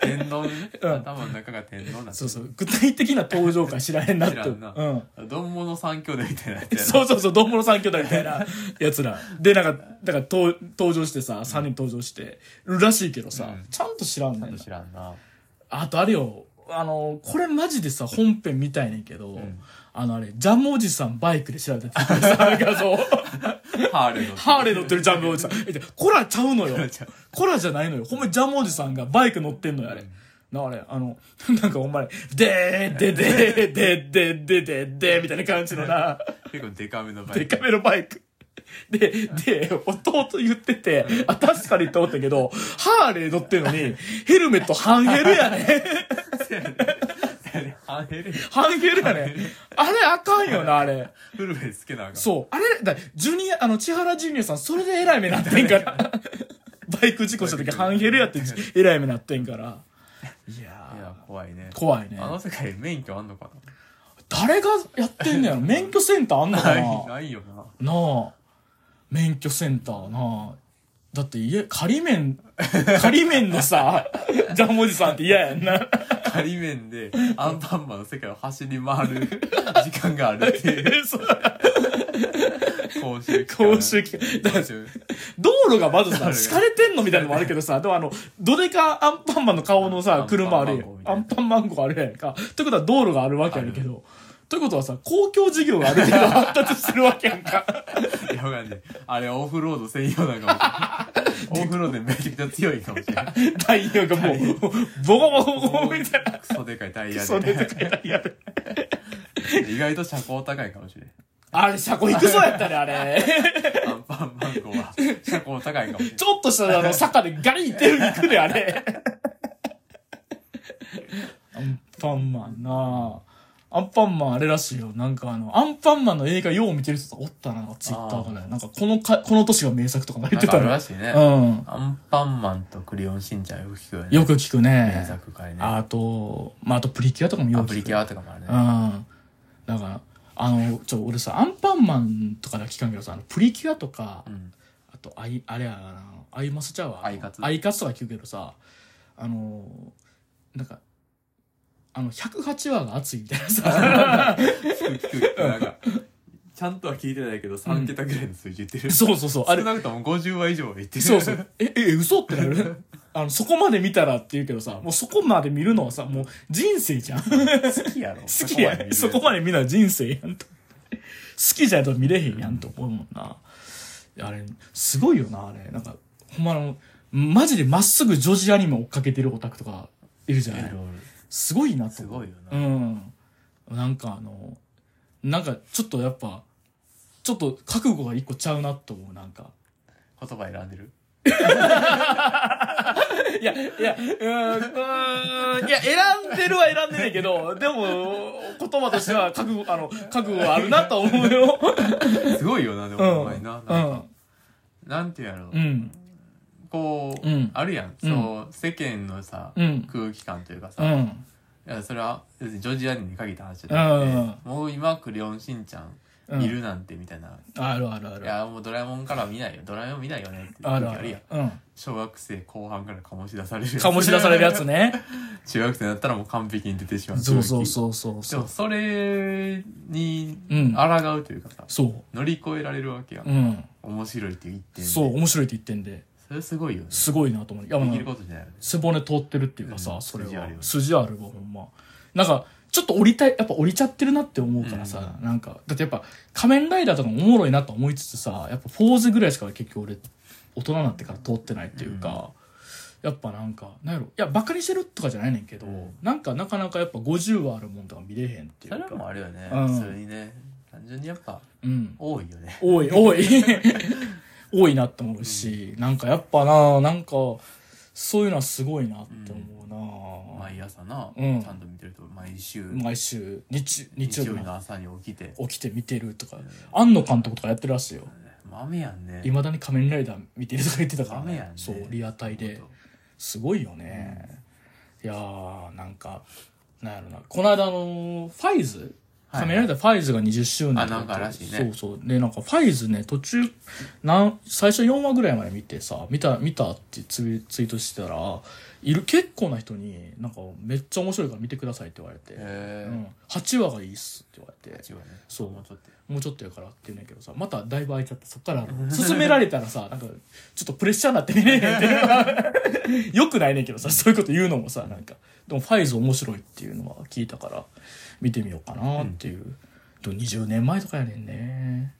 Speaker 2: 天丼ね。
Speaker 1: うん
Speaker 2: 頭の中が天丼なん
Speaker 1: そうそう、具体的な登場感知らへんなって。
Speaker 2: 知らんな
Speaker 1: うん。
Speaker 2: う。どんもの三兄弟みたいなやつやな。
Speaker 1: そうそうそう、どんもの三兄弟みたいなやつら。で、なんか、だから、と登場してさ、三人登場してるらしいけどさ、
Speaker 2: うん
Speaker 1: ちゃんと知らん
Speaker 2: ちゃ
Speaker 1: ね
Speaker 2: ん
Speaker 1: んな
Speaker 2: と知らんな。
Speaker 1: あとあれよ、あの、これマジでさ、本編みたいねんけど、
Speaker 2: ん
Speaker 1: あのあれ、ジャムおじさんバイクで調べてたさ、 画像。
Speaker 2: ハーレーの。
Speaker 1: ハーレー乗ってるジャムおじさん。えコラちゃうのよ。コラ じゃないのよ。ほんまにジャムおじさんがバイク乗ってんのよ、あれ。な、あれ、あの、 なんかほんまに、でー、ででー、ででー、ででー、でー、みたいな感じのな、
Speaker 2: 結構デカめのバイク。
Speaker 1: デカめのバイク。で、で、弟言ってて、あ、確かにって思ったけど、ハーレー乗ってんのに、ヘルメット半ヘルやね。
Speaker 2: ハーレー。
Speaker 1: 半ヘルやね。あれあかんよな、あれ。
Speaker 2: フルベつけなあかん。
Speaker 1: そう。あれ、だジュニア、あの、千原ジュニアさん、それで偉い目なってん から。バイク事故した時、ハンヘルやってじ偉い目なってんから。いや
Speaker 2: い
Speaker 1: ー
Speaker 2: や、怖いね。
Speaker 1: 怖いね。
Speaker 2: あの世界免許あんのか
Speaker 1: 誰がやってんのや ろ免許センターあんの
Speaker 2: な
Speaker 1: かな
Speaker 2: な、
Speaker 1: い
Speaker 2: ないよな。
Speaker 1: なあ。免許センターなあ。だって家、仮 面、仮面のさ、ジャムおじさんって嫌やんな。
Speaker 2: 仮面でアンパンマンの世界を走り 回る時間があるっていう
Speaker 1: そう
Speaker 2: 講習期間
Speaker 1: 講習機だから
Speaker 2: 講習
Speaker 1: 道路がまず
Speaker 2: 道
Speaker 1: さ、
Speaker 2: 路が
Speaker 1: 敷かれてんのみたいなのもあるけどさ、でもあの、どでかアンパンマンの顔の
Speaker 2: アン
Speaker 1: さ
Speaker 2: パ、ン
Speaker 1: 車あるや
Speaker 2: マンゴーみ
Speaker 1: ん。
Speaker 2: たい
Speaker 1: ア
Speaker 2: な
Speaker 1: ンパンマンゴーあるやんか。ということは道路があるわけやるけど。ということはさ、公共事業がある程度発達してるわけやん か。
Speaker 2: いやわかんないあれオフロード専用なのかも しれないオフロードでめちゃくちゃ強いかもしれない
Speaker 1: 太陽がもう、ボコボコボコみたい
Speaker 2: クソでかいタイ
Speaker 1: な。
Speaker 2: ヤ
Speaker 1: それで
Speaker 2: で
Speaker 1: かいタイヤで
Speaker 2: 意外と車高高いかもしれな
Speaker 1: あれ、車庫行くそうやったね、あれ。
Speaker 2: いアンパンマンゴーは車高高いかもしれ
Speaker 1: ちょっとしたあの、坂でガリンって行くで、あれ。アンパンマンなあアンパンマンあれらしいよ。なんかあの、アンパンマンの映画よう見てる人とかおったな、ツイッターがね。なんかこのか、この年が名作とか
Speaker 2: な
Speaker 1: 言
Speaker 2: い
Speaker 1: って
Speaker 2: なんか
Speaker 1: た
Speaker 2: ある
Speaker 1: ね
Speaker 2: らしい
Speaker 1: う
Speaker 2: ね
Speaker 1: ん。
Speaker 2: アンパンマンとクレヨンしんちゃんよく聞くよね
Speaker 1: よく聞く
Speaker 2: 名
Speaker 1: ね。
Speaker 2: 作会ねア
Speaker 1: あと、まあ、あとプリキュアとかもよく聞く。
Speaker 2: プリキュアとかもある
Speaker 1: う
Speaker 2: ね
Speaker 1: ん。だから、あの、ちょ、俺さ、アンパンマンとかだけ聞かんけどさ、あのプリキュアとか、
Speaker 2: うん
Speaker 1: あとあいあれやなアイマスちゃうわ
Speaker 2: アイカツ
Speaker 1: アイカツとか聞くけどさあのーなんかあの108話が熱いみたいな さ
Speaker 2: 聞く聞くなんかちゃんとは聞いてないけど3桁ぐらいの数字言ってる
Speaker 1: そうそうそうあ
Speaker 2: あ
Speaker 1: れ
Speaker 2: れ少なくとも50話以上は言ってる
Speaker 1: そうそうええ嘘ってなるあのそこまで見たらって言うけどさもうそこまで見るのはさもう人生じゃん好
Speaker 2: 好きやろ
Speaker 1: きやんそこま
Speaker 2: で
Speaker 1: で見るのは人生やんと好きじゃないと見れへんやんと思うもんな、いやあれすごいよなあれなんかほんまあのマジでまっすぐ女児アニメ追っかけてるオタクとかいるじゃないすごいなと
Speaker 2: すごいよ
Speaker 1: う
Speaker 2: な、
Speaker 1: んなんかあのなんかちょっとやっぱちょっと覚悟が一個ちゃうなと思うなんか
Speaker 2: 言葉選んでる
Speaker 1: いやいやうーんいや選んでるは選んでないけどでも言葉としては覚悟あの覚悟はあるなと思うよ
Speaker 2: すごいよなで
Speaker 1: うん
Speaker 2: もお前な、
Speaker 1: うん
Speaker 2: なんていうやろ、
Speaker 1: うん
Speaker 2: こう、
Speaker 1: うん
Speaker 2: あるやん、そう世間のさ、
Speaker 1: うん。
Speaker 2: 空気感というかさ、
Speaker 1: う
Speaker 2: い
Speaker 1: ん。
Speaker 2: やそれは別にジョージ・アリに限った話じゃ
Speaker 1: う
Speaker 2: なく
Speaker 1: ん
Speaker 2: て、もう今クレヨンしんちゃ
Speaker 1: うん
Speaker 2: んいるなんてみたいな、
Speaker 1: あるあるあ
Speaker 2: い
Speaker 1: る。
Speaker 2: やもうドラえもんからは見ないよドラえもん見ないよねって
Speaker 1: あ
Speaker 2: 時
Speaker 1: る
Speaker 2: あ
Speaker 1: あ
Speaker 2: る
Speaker 1: る
Speaker 2: やん。
Speaker 1: うん。
Speaker 2: 小学生後半から醸し出されるやつ
Speaker 1: 醸し出されるやつね。
Speaker 2: 中学生になったらもう完璧に出てしま う
Speaker 1: そうそうそうそう
Speaker 2: で
Speaker 1: そ
Speaker 2: も
Speaker 1: う。
Speaker 2: それに
Speaker 1: うん
Speaker 2: 抗うというかさ、
Speaker 1: そ
Speaker 2: 乗り越えられるわけや
Speaker 1: う。う、ん。
Speaker 2: 面白いって言って
Speaker 1: そう、面白いって言ってんで、
Speaker 2: それすごいよね
Speaker 1: すごいなと思う。いや、
Speaker 2: で
Speaker 1: ま
Speaker 2: きる
Speaker 1: あ、
Speaker 2: ことじゃないよね
Speaker 1: 背骨通ってるっていうか
Speaker 2: う
Speaker 1: さ、
Speaker 2: ん
Speaker 1: それ
Speaker 2: 筋あ
Speaker 1: は
Speaker 2: るよ。ね
Speaker 1: 筋あるわ、ほんま。なんか、ちょっと降りたい、やっぱ降りちゃってるなって思うからさ、なんか、だってやっぱ、仮面ライダーとかもおもろいなと思いつつさ、やっぱ、フォーズぐらいしか結局俺、大人になってから通ってないっていうか、やっぱなんか、なんやろ、いや、バカにしてるとかじゃないねんけど、
Speaker 2: うん
Speaker 1: なんかなかなかやっぱ50はあるもんとか見れへんってい
Speaker 2: それ
Speaker 1: う
Speaker 2: はもう
Speaker 1: か、
Speaker 2: あるよね、
Speaker 1: うん
Speaker 2: 普通にね単純にやっぱ
Speaker 1: うん。
Speaker 2: 多いよね
Speaker 1: 多い、多い。 多いなって思うし、なんかやっぱな、なんか、そういうのはすごいなって思うな、
Speaker 2: 毎朝な、
Speaker 1: うん
Speaker 2: ちゃんと見てると毎週
Speaker 1: 毎週日、日
Speaker 2: 日
Speaker 1: 曜
Speaker 2: 曜
Speaker 1: 日
Speaker 2: 日
Speaker 1: に
Speaker 2: の朝に起きて
Speaker 1: 起きて見てるとか、庵野監督とかやってるらしいよ。
Speaker 2: 豆やんね
Speaker 1: いまだに仮面ライダー見てるとか言ってたから、
Speaker 2: ダメやね
Speaker 1: そう、リアタイで。すごいよね。いやー、なんか、なんやろな。この間あのー、ファイズ
Speaker 2: はい
Speaker 1: 仮面ライダーファイズが20周年
Speaker 2: あなんからしいね
Speaker 1: そうそう。で、なんかファイズね、途中、なん最初4話ぐらいまで見てさ、見た、見たってツイツイートしてたら、いる、結構な人に、なんか、めっちゃ面白いから見てくださいって言われて、
Speaker 2: へ
Speaker 1: う
Speaker 2: え
Speaker 1: ん、8話がいいっすって言われて、
Speaker 2: 一応ね
Speaker 1: そう
Speaker 2: もうちょっと
Speaker 1: もうちょっとやからって言うんだけどさ、まただいぶ空いちゃって、そっからあの、進められたらさ、なんか、ちょっとプレッシャーになって見れへんっていうのはよくないねんけどさ、そういうこと言うのもさ、なんか、でもファイズ面白いっていうのは聞いたから、見てみようかなっていう。と20年前とかやねんね。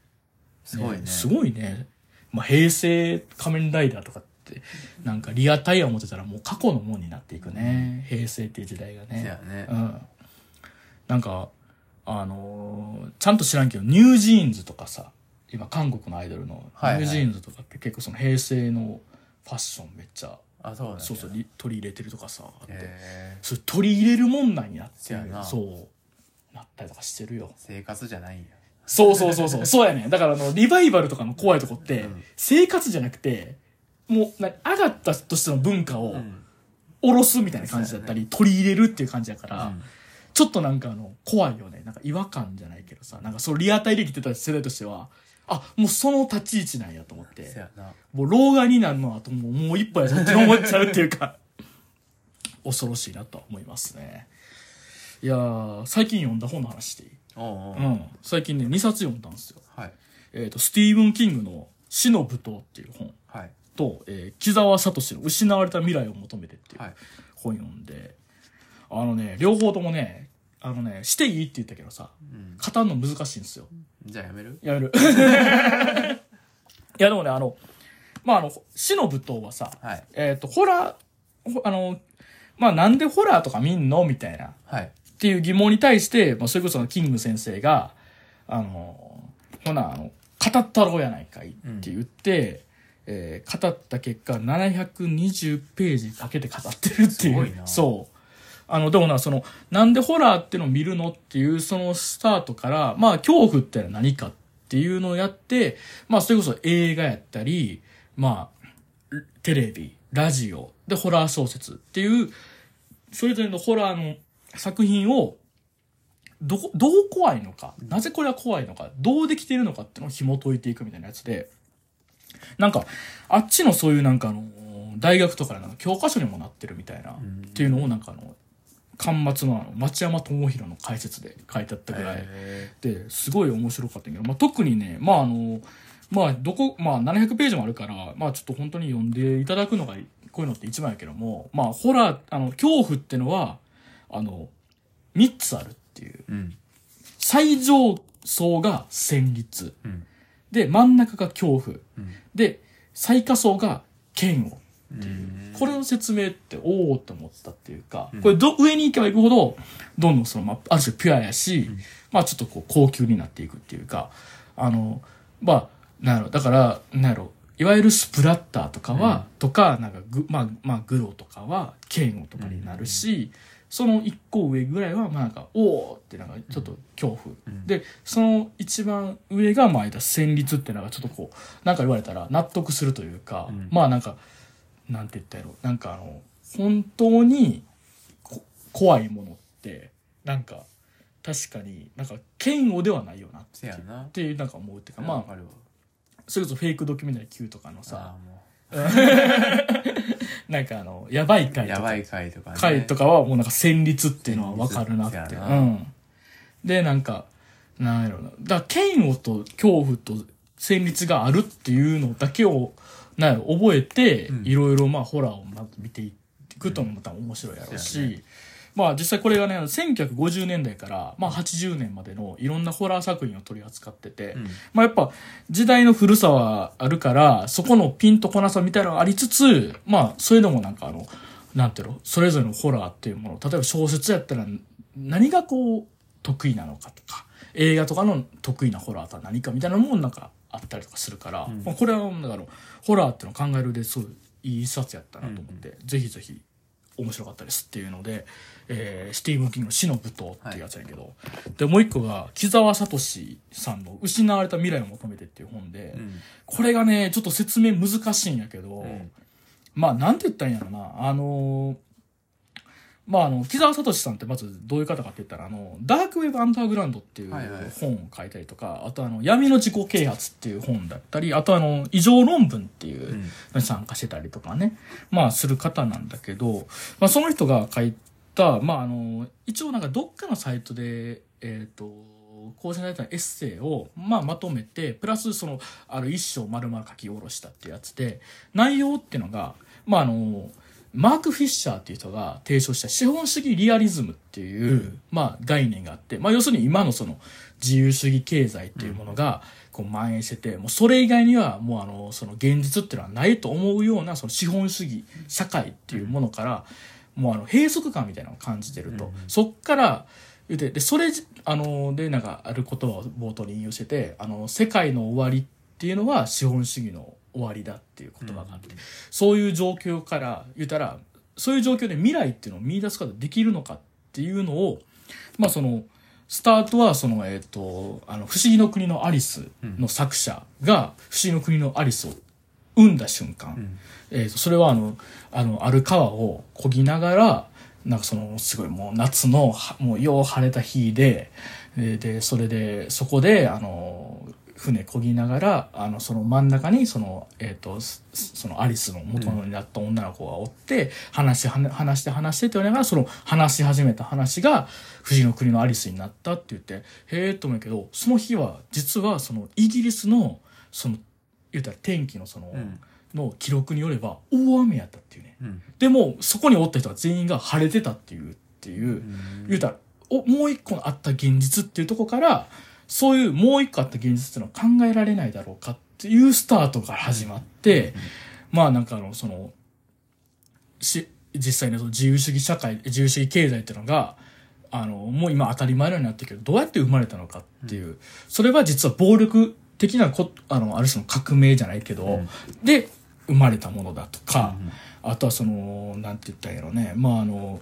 Speaker 2: すごいね
Speaker 1: すごいね。まあ、平成仮面ライダーとかって、なんかリアタイヤを持ってたらもう過去のもんになっていくね。平成っていう時代が
Speaker 2: せ
Speaker 1: ね。
Speaker 2: やね、
Speaker 1: うん。なんか、あのーちゃんと知らんけど、ニュージーンズとかさ、今韓国のアイドルのニ
Speaker 2: はいは
Speaker 1: ュ
Speaker 2: い
Speaker 1: ージーンズとかって結構その平成のファッションめっちゃ、
Speaker 2: あそうだね
Speaker 1: そうそう、り取り入れてるとかさ、あって、
Speaker 2: へえ
Speaker 1: それ取り入れるもんなんになって
Speaker 2: せやな
Speaker 1: そう、なったりとかしてるよ。
Speaker 2: 生活じゃないんや
Speaker 1: そうそうそう そう、そうやね。だからあの、リバイバルとかの怖いとこって、
Speaker 2: うん
Speaker 1: 生活じゃなくて、もう、な上がったとしての文化を
Speaker 2: うん
Speaker 1: 下ろすみたいな感じだったり、取り入れるっていう感じだから、
Speaker 2: うん
Speaker 1: ちょっとなんかあの、怖いよね。なんか違和感じゃないけどさ、なんかそのリアタイで生きてた世代としては、あ、もうその立ち位置なんやと思っ
Speaker 2: せ
Speaker 1: て、
Speaker 2: やな
Speaker 1: もう老害になるのはあともうもう一歩やぞって思っちゃうっていうか、 恐ろしいなとは思いますね。いやー、最近読んだ本の話していい
Speaker 2: おうおう、
Speaker 1: うん。最近ね、2冊読んだんですよ。
Speaker 2: はい
Speaker 1: えっ、と、スティーブン・キングの死の舞踏っていう本
Speaker 2: はい
Speaker 1: と、えー木沢聡の失われた未来を求めてっていう
Speaker 2: はい
Speaker 1: 本読んで、あのね、両方ともね、あのね、していいって言ったけどさ、
Speaker 2: うん
Speaker 1: 語るの難しいんですよ。
Speaker 2: じゃあやめる
Speaker 1: やめ る。いや、でもね、あの、まあ、あの、死の舞踏はさ、
Speaker 2: はい
Speaker 1: えっ、と、ホラー、ほあの、まあ、なんでホラーとか見んのみたいな、っ
Speaker 2: はい
Speaker 1: ていう疑問に対して、まあ、それこそキング先生が、あの、ほな、あの、語ったろうやないかいって言って、えー語った結果、720ページかけて語ってるっていう。
Speaker 2: すごいな
Speaker 1: そう。あの、でもな、その、なんでホラーってのを見るのっていう、そのスタートから、まあ、恐怖ってのは何かっていうのをやって、まあ、それこそ映画やったり、まあ、テレビ、ラジオ、で、ホラー小説っていう、それぞれのホラーの作品を、どこ、どう怖いのか、なぜこれは怖いのか、どうできているのかっていうのを紐解いていくみたいなやつで、なんか、あっちのそういうなんかあの、大学とかでなんか教科書にもなってるみたいな、っていうのをなんかあの、端末のあの町山智博の解説で書いてあったぐらい、
Speaker 2: へ
Speaker 1: ってすごい面白かったんやけど、まあ、特にねまああのまあどこまあ700ページもあるからまあちょっと本当に読んでいただくのがこういうのって一番やけどもまあホラーあの恐怖ってのはあの3つあるっていう
Speaker 2: えうん
Speaker 1: 最上層が戦慄
Speaker 2: うん
Speaker 1: で真ん中が恐怖
Speaker 2: うん
Speaker 1: で最下層が嫌悪
Speaker 2: うん
Speaker 1: これの説明っておおって思ったっていうか、これど上に行けば行くほどどんどんその、まあ、ある種ピュアやし、まあちょっとこう高級になっていくっていうかあのまあなんやろだからなんやろいわゆるスプラッターとかは、とかなんかグ,、まあまあ、グロとかは嫌悪とかになるし、その一個上ぐらいはまあなんかおおってなんかちょっと恐怖、
Speaker 2: うん
Speaker 1: でその一番上がまあ言ったら旋律ってなんかちょっとこうなんか言われたら納得するというか、
Speaker 2: うん
Speaker 1: まあなんかなんて言ったやろなんかあの本当にこ怖いものってなんか確かになんか嫌悪ではないよなって
Speaker 2: せやな
Speaker 1: ってなんか思うっていうか
Speaker 2: わ
Speaker 1: ま
Speaker 2: か
Speaker 1: あ
Speaker 2: るわ
Speaker 1: それこそフェイクドキュメンタリー Q とかのさ
Speaker 2: あーも
Speaker 1: なんかあのやばいう回と
Speaker 2: や
Speaker 1: か
Speaker 2: ばい回とかね
Speaker 1: 回とかはもうなんか旋律っていうのは分かるなって
Speaker 2: 旋律や
Speaker 1: う
Speaker 2: なん
Speaker 1: でなんかなんやろうなだから嫌悪と恐怖と旋律があるっていうのだけをなんやろ覚えて
Speaker 2: うん
Speaker 1: いろいろまあホラーをまず見ていくともまた面白いやろうし、
Speaker 2: うんそう
Speaker 1: まあ実際これがねあの1950年代からまあ80年までのいろんなホラー作品を取り扱ってて、
Speaker 2: うん
Speaker 1: まあやっぱ時代の古さはあるから、そこのピンとこなさみたいなのがありつつ、まあそれでもなんかあの、なんていうの、それぞれのホラーっていうもの、例えば小説やったら何がこう得意なのかとか、映画とかの得意なホラーとは何かみたいなのもなんかあったりとかするから、
Speaker 2: うん
Speaker 1: まあこれはなんかあの、ホラーっていうのを考えるですごいいい一冊やったなと思って、ぜひぜひ面白かったですっていうので、えーシティーブン・キングの死の舞踏っていうやつやけど、でもう一個が木澤聡さんの「失われた未来を求めて」っていう本で、
Speaker 2: うん
Speaker 1: これがねちょっと説明難しいんやけど、
Speaker 2: うん
Speaker 1: まあなんて言ったらいいんやろなあのーまああの木澤聡さんってまずどういう方かって言ったらあのダークウェブ・アンダーグラウンドっていう
Speaker 2: はいはい
Speaker 1: 本を書いたりとか、あとあの闇の自己啓発っていう本だったりあとあの異常論文っていう、
Speaker 2: うん
Speaker 1: に参加してたりとかね、まあする方なんだけど、まあその人が書いた、まああの、一応なんかどっかのサイトで、えっ、と、更新されたエッセイを、まあまとめて、プラスその、ある一章丸々書き下ろしたってやつで、内容っていうのが、まああの、マーク・フィッシャーっていう人が提唱した資本主義リアリズムっていう、まあ概念があって、まあ要するに今のその自由主義経済っていうものがこう蔓延してて、もうそれ以外にはもうあの、その現実っていうのはないと思うようなその資本主義社会っていうものから、もうあの閉塞感みたいなのを感じてると、
Speaker 2: うん
Speaker 1: そっから言うてでそれじあのでなんかある言葉を冒頭に引用しててあの世界の終わりっていうのは資本主義の終わりだっていう言葉があって、そういう状況から言ったらそういう状況で未来っていうのを見出すことができるのかっていうのをまあそのスタートはその、えっとあの「不思議の国のアリス」の作者が「不思議の国のアリス」を生んだ瞬間、
Speaker 2: うん
Speaker 1: えー、とそれはあのあのある川を漕ぎながらなんかそのすごいもう夏のはもうよう晴れた日でででそれでそこであの船漕ぎながらあのその真ん中にその,、えー、とすそのアリスの元になった女の子がおって、話しはな話して話してって言われながらその話し始めた話が「不死の国のアリス」になったって言ってへえと思うけどその日は実はそのイギリスのその言ったら天気のその。
Speaker 2: うん
Speaker 1: の記録によれば大雨やったっていうね
Speaker 2: うん
Speaker 1: でもそこにおった人は全員が晴れてたっていうっていう、
Speaker 2: うん
Speaker 1: 言うたらおもう一個のあった現実っていうところからそういうもう一個あった現実っていうのは考えられないだろうかっていうスタートから始まって、まあなんかあのそのし実際にその自由主義社会自由主義経済っていうのがあのもう今当たり前のようになってるけどどうやって生まれたのかっていう、それは実は暴力的なこあのある種の革命じゃないけど、
Speaker 2: うん
Speaker 1: で生まれたものだとか。
Speaker 2: うん
Speaker 1: あとはその、なんて言ったんやろね。まああの、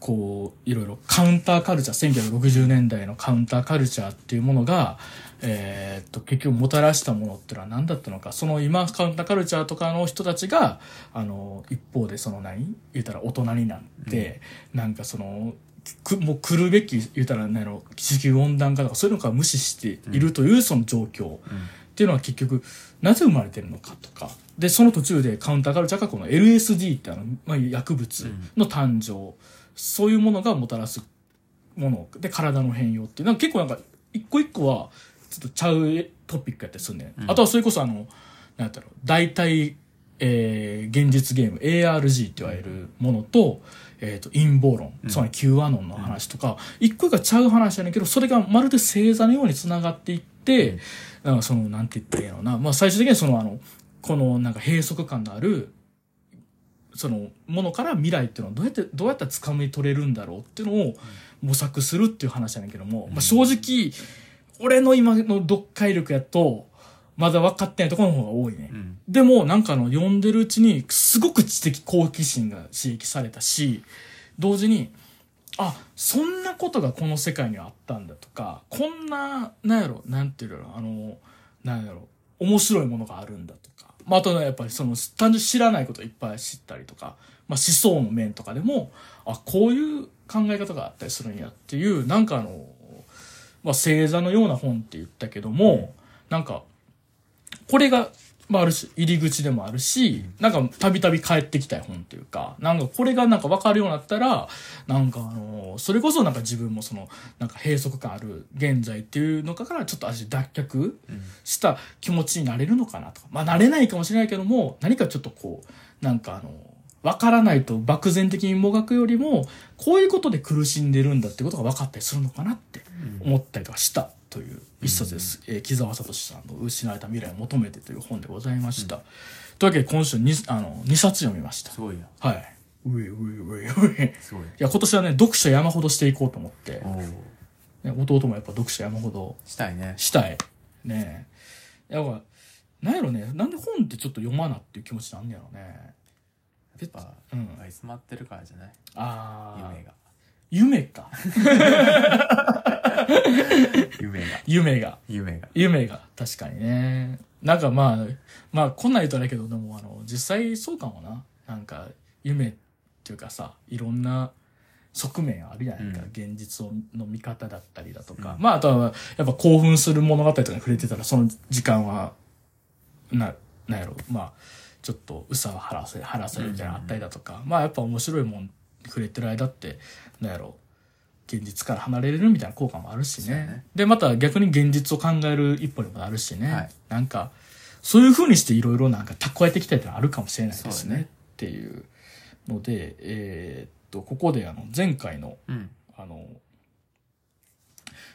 Speaker 1: こう、いろいろカウンターカルチャー、1960年代のカウンターカルチャーっていうものが、えーっと、結局もたらしたものってのは何だったのか。その今、カウンターカルチャーとかの人たちが、あの、一方でその何言ったら大人になって、なんかその、くもう来るべき言ったら何やろ地球温暖化とかそういうのから無視しているというその状況、っていうのは結局なぜ生まれてるのかとかでその途中でカウンターカルチャーがこの LSD ってあの、まあ、薬物の誕生、そういうものがもたらすもので体の変容っていうなんか結構なんか一個一個はちょっとちゃうトピックやったりするね、
Speaker 2: うん
Speaker 1: あとはそれこそあのなんだろう大体、えー現実ゲーム ARG って言われるものと,、えー、と陰謀論
Speaker 2: うん
Speaker 1: つまり Q アノンの話とか、一個一個がちゃう話やねんけどそれがまるで星座のようにつながっていって、
Speaker 2: うん
Speaker 1: なんかそのなんて言ったらいいのな、まあ、最終的にはそのあのこのなんか閉塞感のあるそのものから未来っていうのをどうやってどうやったら掴み取れるんだろうっていうのを模索するっていう話なんだけども、まあ、正直俺の今の読解力やとまだ分かってないところの方が多いね
Speaker 2: う。ん
Speaker 1: でもなんかあの読んでるうちにすごく知的好奇心が刺激されたし同時にあそんなことがこの世界にはあったんだとかこんななんやろなんていうのあのなんやろ面白いものがあるんだとかまあ、あとねやっぱりその単純に知らないことをいっぱい知ったりとか、まあ、思想の面とかでもあこういう考え方があったりするんやっていうなんかあの、まあ、星座のような本って言ったけども、なんかこれが、まあ、ある種入り口でもあるし、なんかたびたび帰ってきたい本というかなんかこれがなんか分かるようになったらなんかあのそれこそなんか自分もそのなんか閉塞感ある現在っていうのからちょっと味脱却した気持ちになれるのかなとかまあなれないかもしれないけども何かちょっとこうなんかあの分からないと漠然的にもがくよりもこういうことで苦しんでるんだってことが分かったりするのかなって思ったりとかしたという一冊です、えー木澤聡さんの「失われた未来を求めて」という本でございました、というわけで今週 2, あの2冊読みました
Speaker 2: すごいな。
Speaker 1: はい上上上上い
Speaker 2: すごい。
Speaker 1: や今年はね読書山ほどしていこうと思って
Speaker 2: お、ー
Speaker 1: ね、弟もやっぱ読書山ほど
Speaker 2: したいね。
Speaker 1: したいねえやっぱなんやろねなんで本ってちょっと読まなっていう気持ちなんやろね
Speaker 2: やっぱ、
Speaker 1: うん
Speaker 2: あいつ待ってるからじゃない
Speaker 1: ああ
Speaker 2: 夢が。
Speaker 1: 夢か
Speaker 2: 夢が。
Speaker 1: 夢が
Speaker 2: 夢が。
Speaker 1: 夢が確かにねなんかまあまあこんなん言うとあれやけどでもあの実際そうかもななんか夢っていうかさいろんな側面あるやんか、
Speaker 2: うん
Speaker 1: 現実の見方だったりだとか、
Speaker 2: う
Speaker 1: まああとはやっぱ興奮する物語とかに触れてたらその時間はななんやろまあちょっとうさを晴らせ晴らせるみたいなのあったりだとか、まあやっぱ面白いもん触れてる間ってなんやろ現実から離れれるみたいな効果もあるし
Speaker 2: そう
Speaker 1: ね
Speaker 2: やね
Speaker 1: でまた逆に現実を考える一歩にもなるしね、
Speaker 2: はい
Speaker 1: なんかそういうふうにしていろいろなんか蓄えていきたいってのはあるかもしれないで
Speaker 2: そ
Speaker 1: す
Speaker 2: うだ
Speaker 1: ね
Speaker 2: ね
Speaker 1: っていうのでえーっとここであの前回の
Speaker 2: うん。
Speaker 1: あの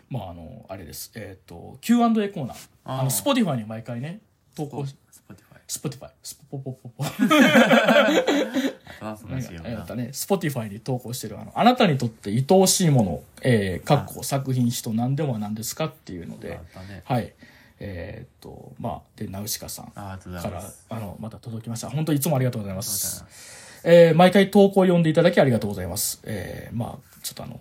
Speaker 1: まああのあれですえーっと Q&A コーナーあの Spotify に毎回ね投稿し
Speaker 2: スポティファ
Speaker 1: Spotify
Speaker 2: イ。
Speaker 1: スポポポポポ
Speaker 2: あとはそんなしよう
Speaker 1: や
Speaker 2: な
Speaker 1: ったね、Spotify に投稿してる、あの、あなたにとって愛おしいもの、えー、かっこ作品、人、何でも何ですかっていうの
Speaker 2: あ
Speaker 1: で
Speaker 2: っ、たね。
Speaker 1: はい。えーっと、まあ、で、ナウシカさんか
Speaker 2: あありがとうございま
Speaker 1: ら
Speaker 2: す。、
Speaker 1: あの、また届きました。本当にいつもありがとうございま
Speaker 2: そうだ
Speaker 1: す
Speaker 2: な。
Speaker 1: えー毎回投稿を読んでいただきありがとうございます。えーまあ、ちょっとあの、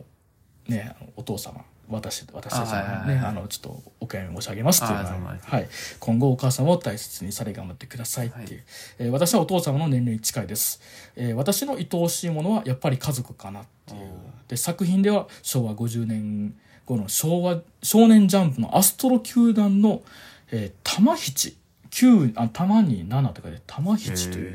Speaker 1: ね、あのお父様、私、私たち
Speaker 2: あはい
Speaker 1: の
Speaker 2: はい
Speaker 1: ね、
Speaker 2: はい
Speaker 1: あの、ちょっとお悔やみ申し上げますっていうのは
Speaker 2: あそうなんです
Speaker 1: はい。今後お母様を大切にされ頑張ってくださいっていう。
Speaker 2: はい
Speaker 1: えー私はお父様の年齢に近いです。えー私の愛おしいものはやっぱり家族かなっていう
Speaker 2: おー。
Speaker 1: で、作品では昭和50年後の昭和、少年ジャンプのアストロ球団の、えー、玉七、九、あ、玉に7とかで玉七という、
Speaker 2: へ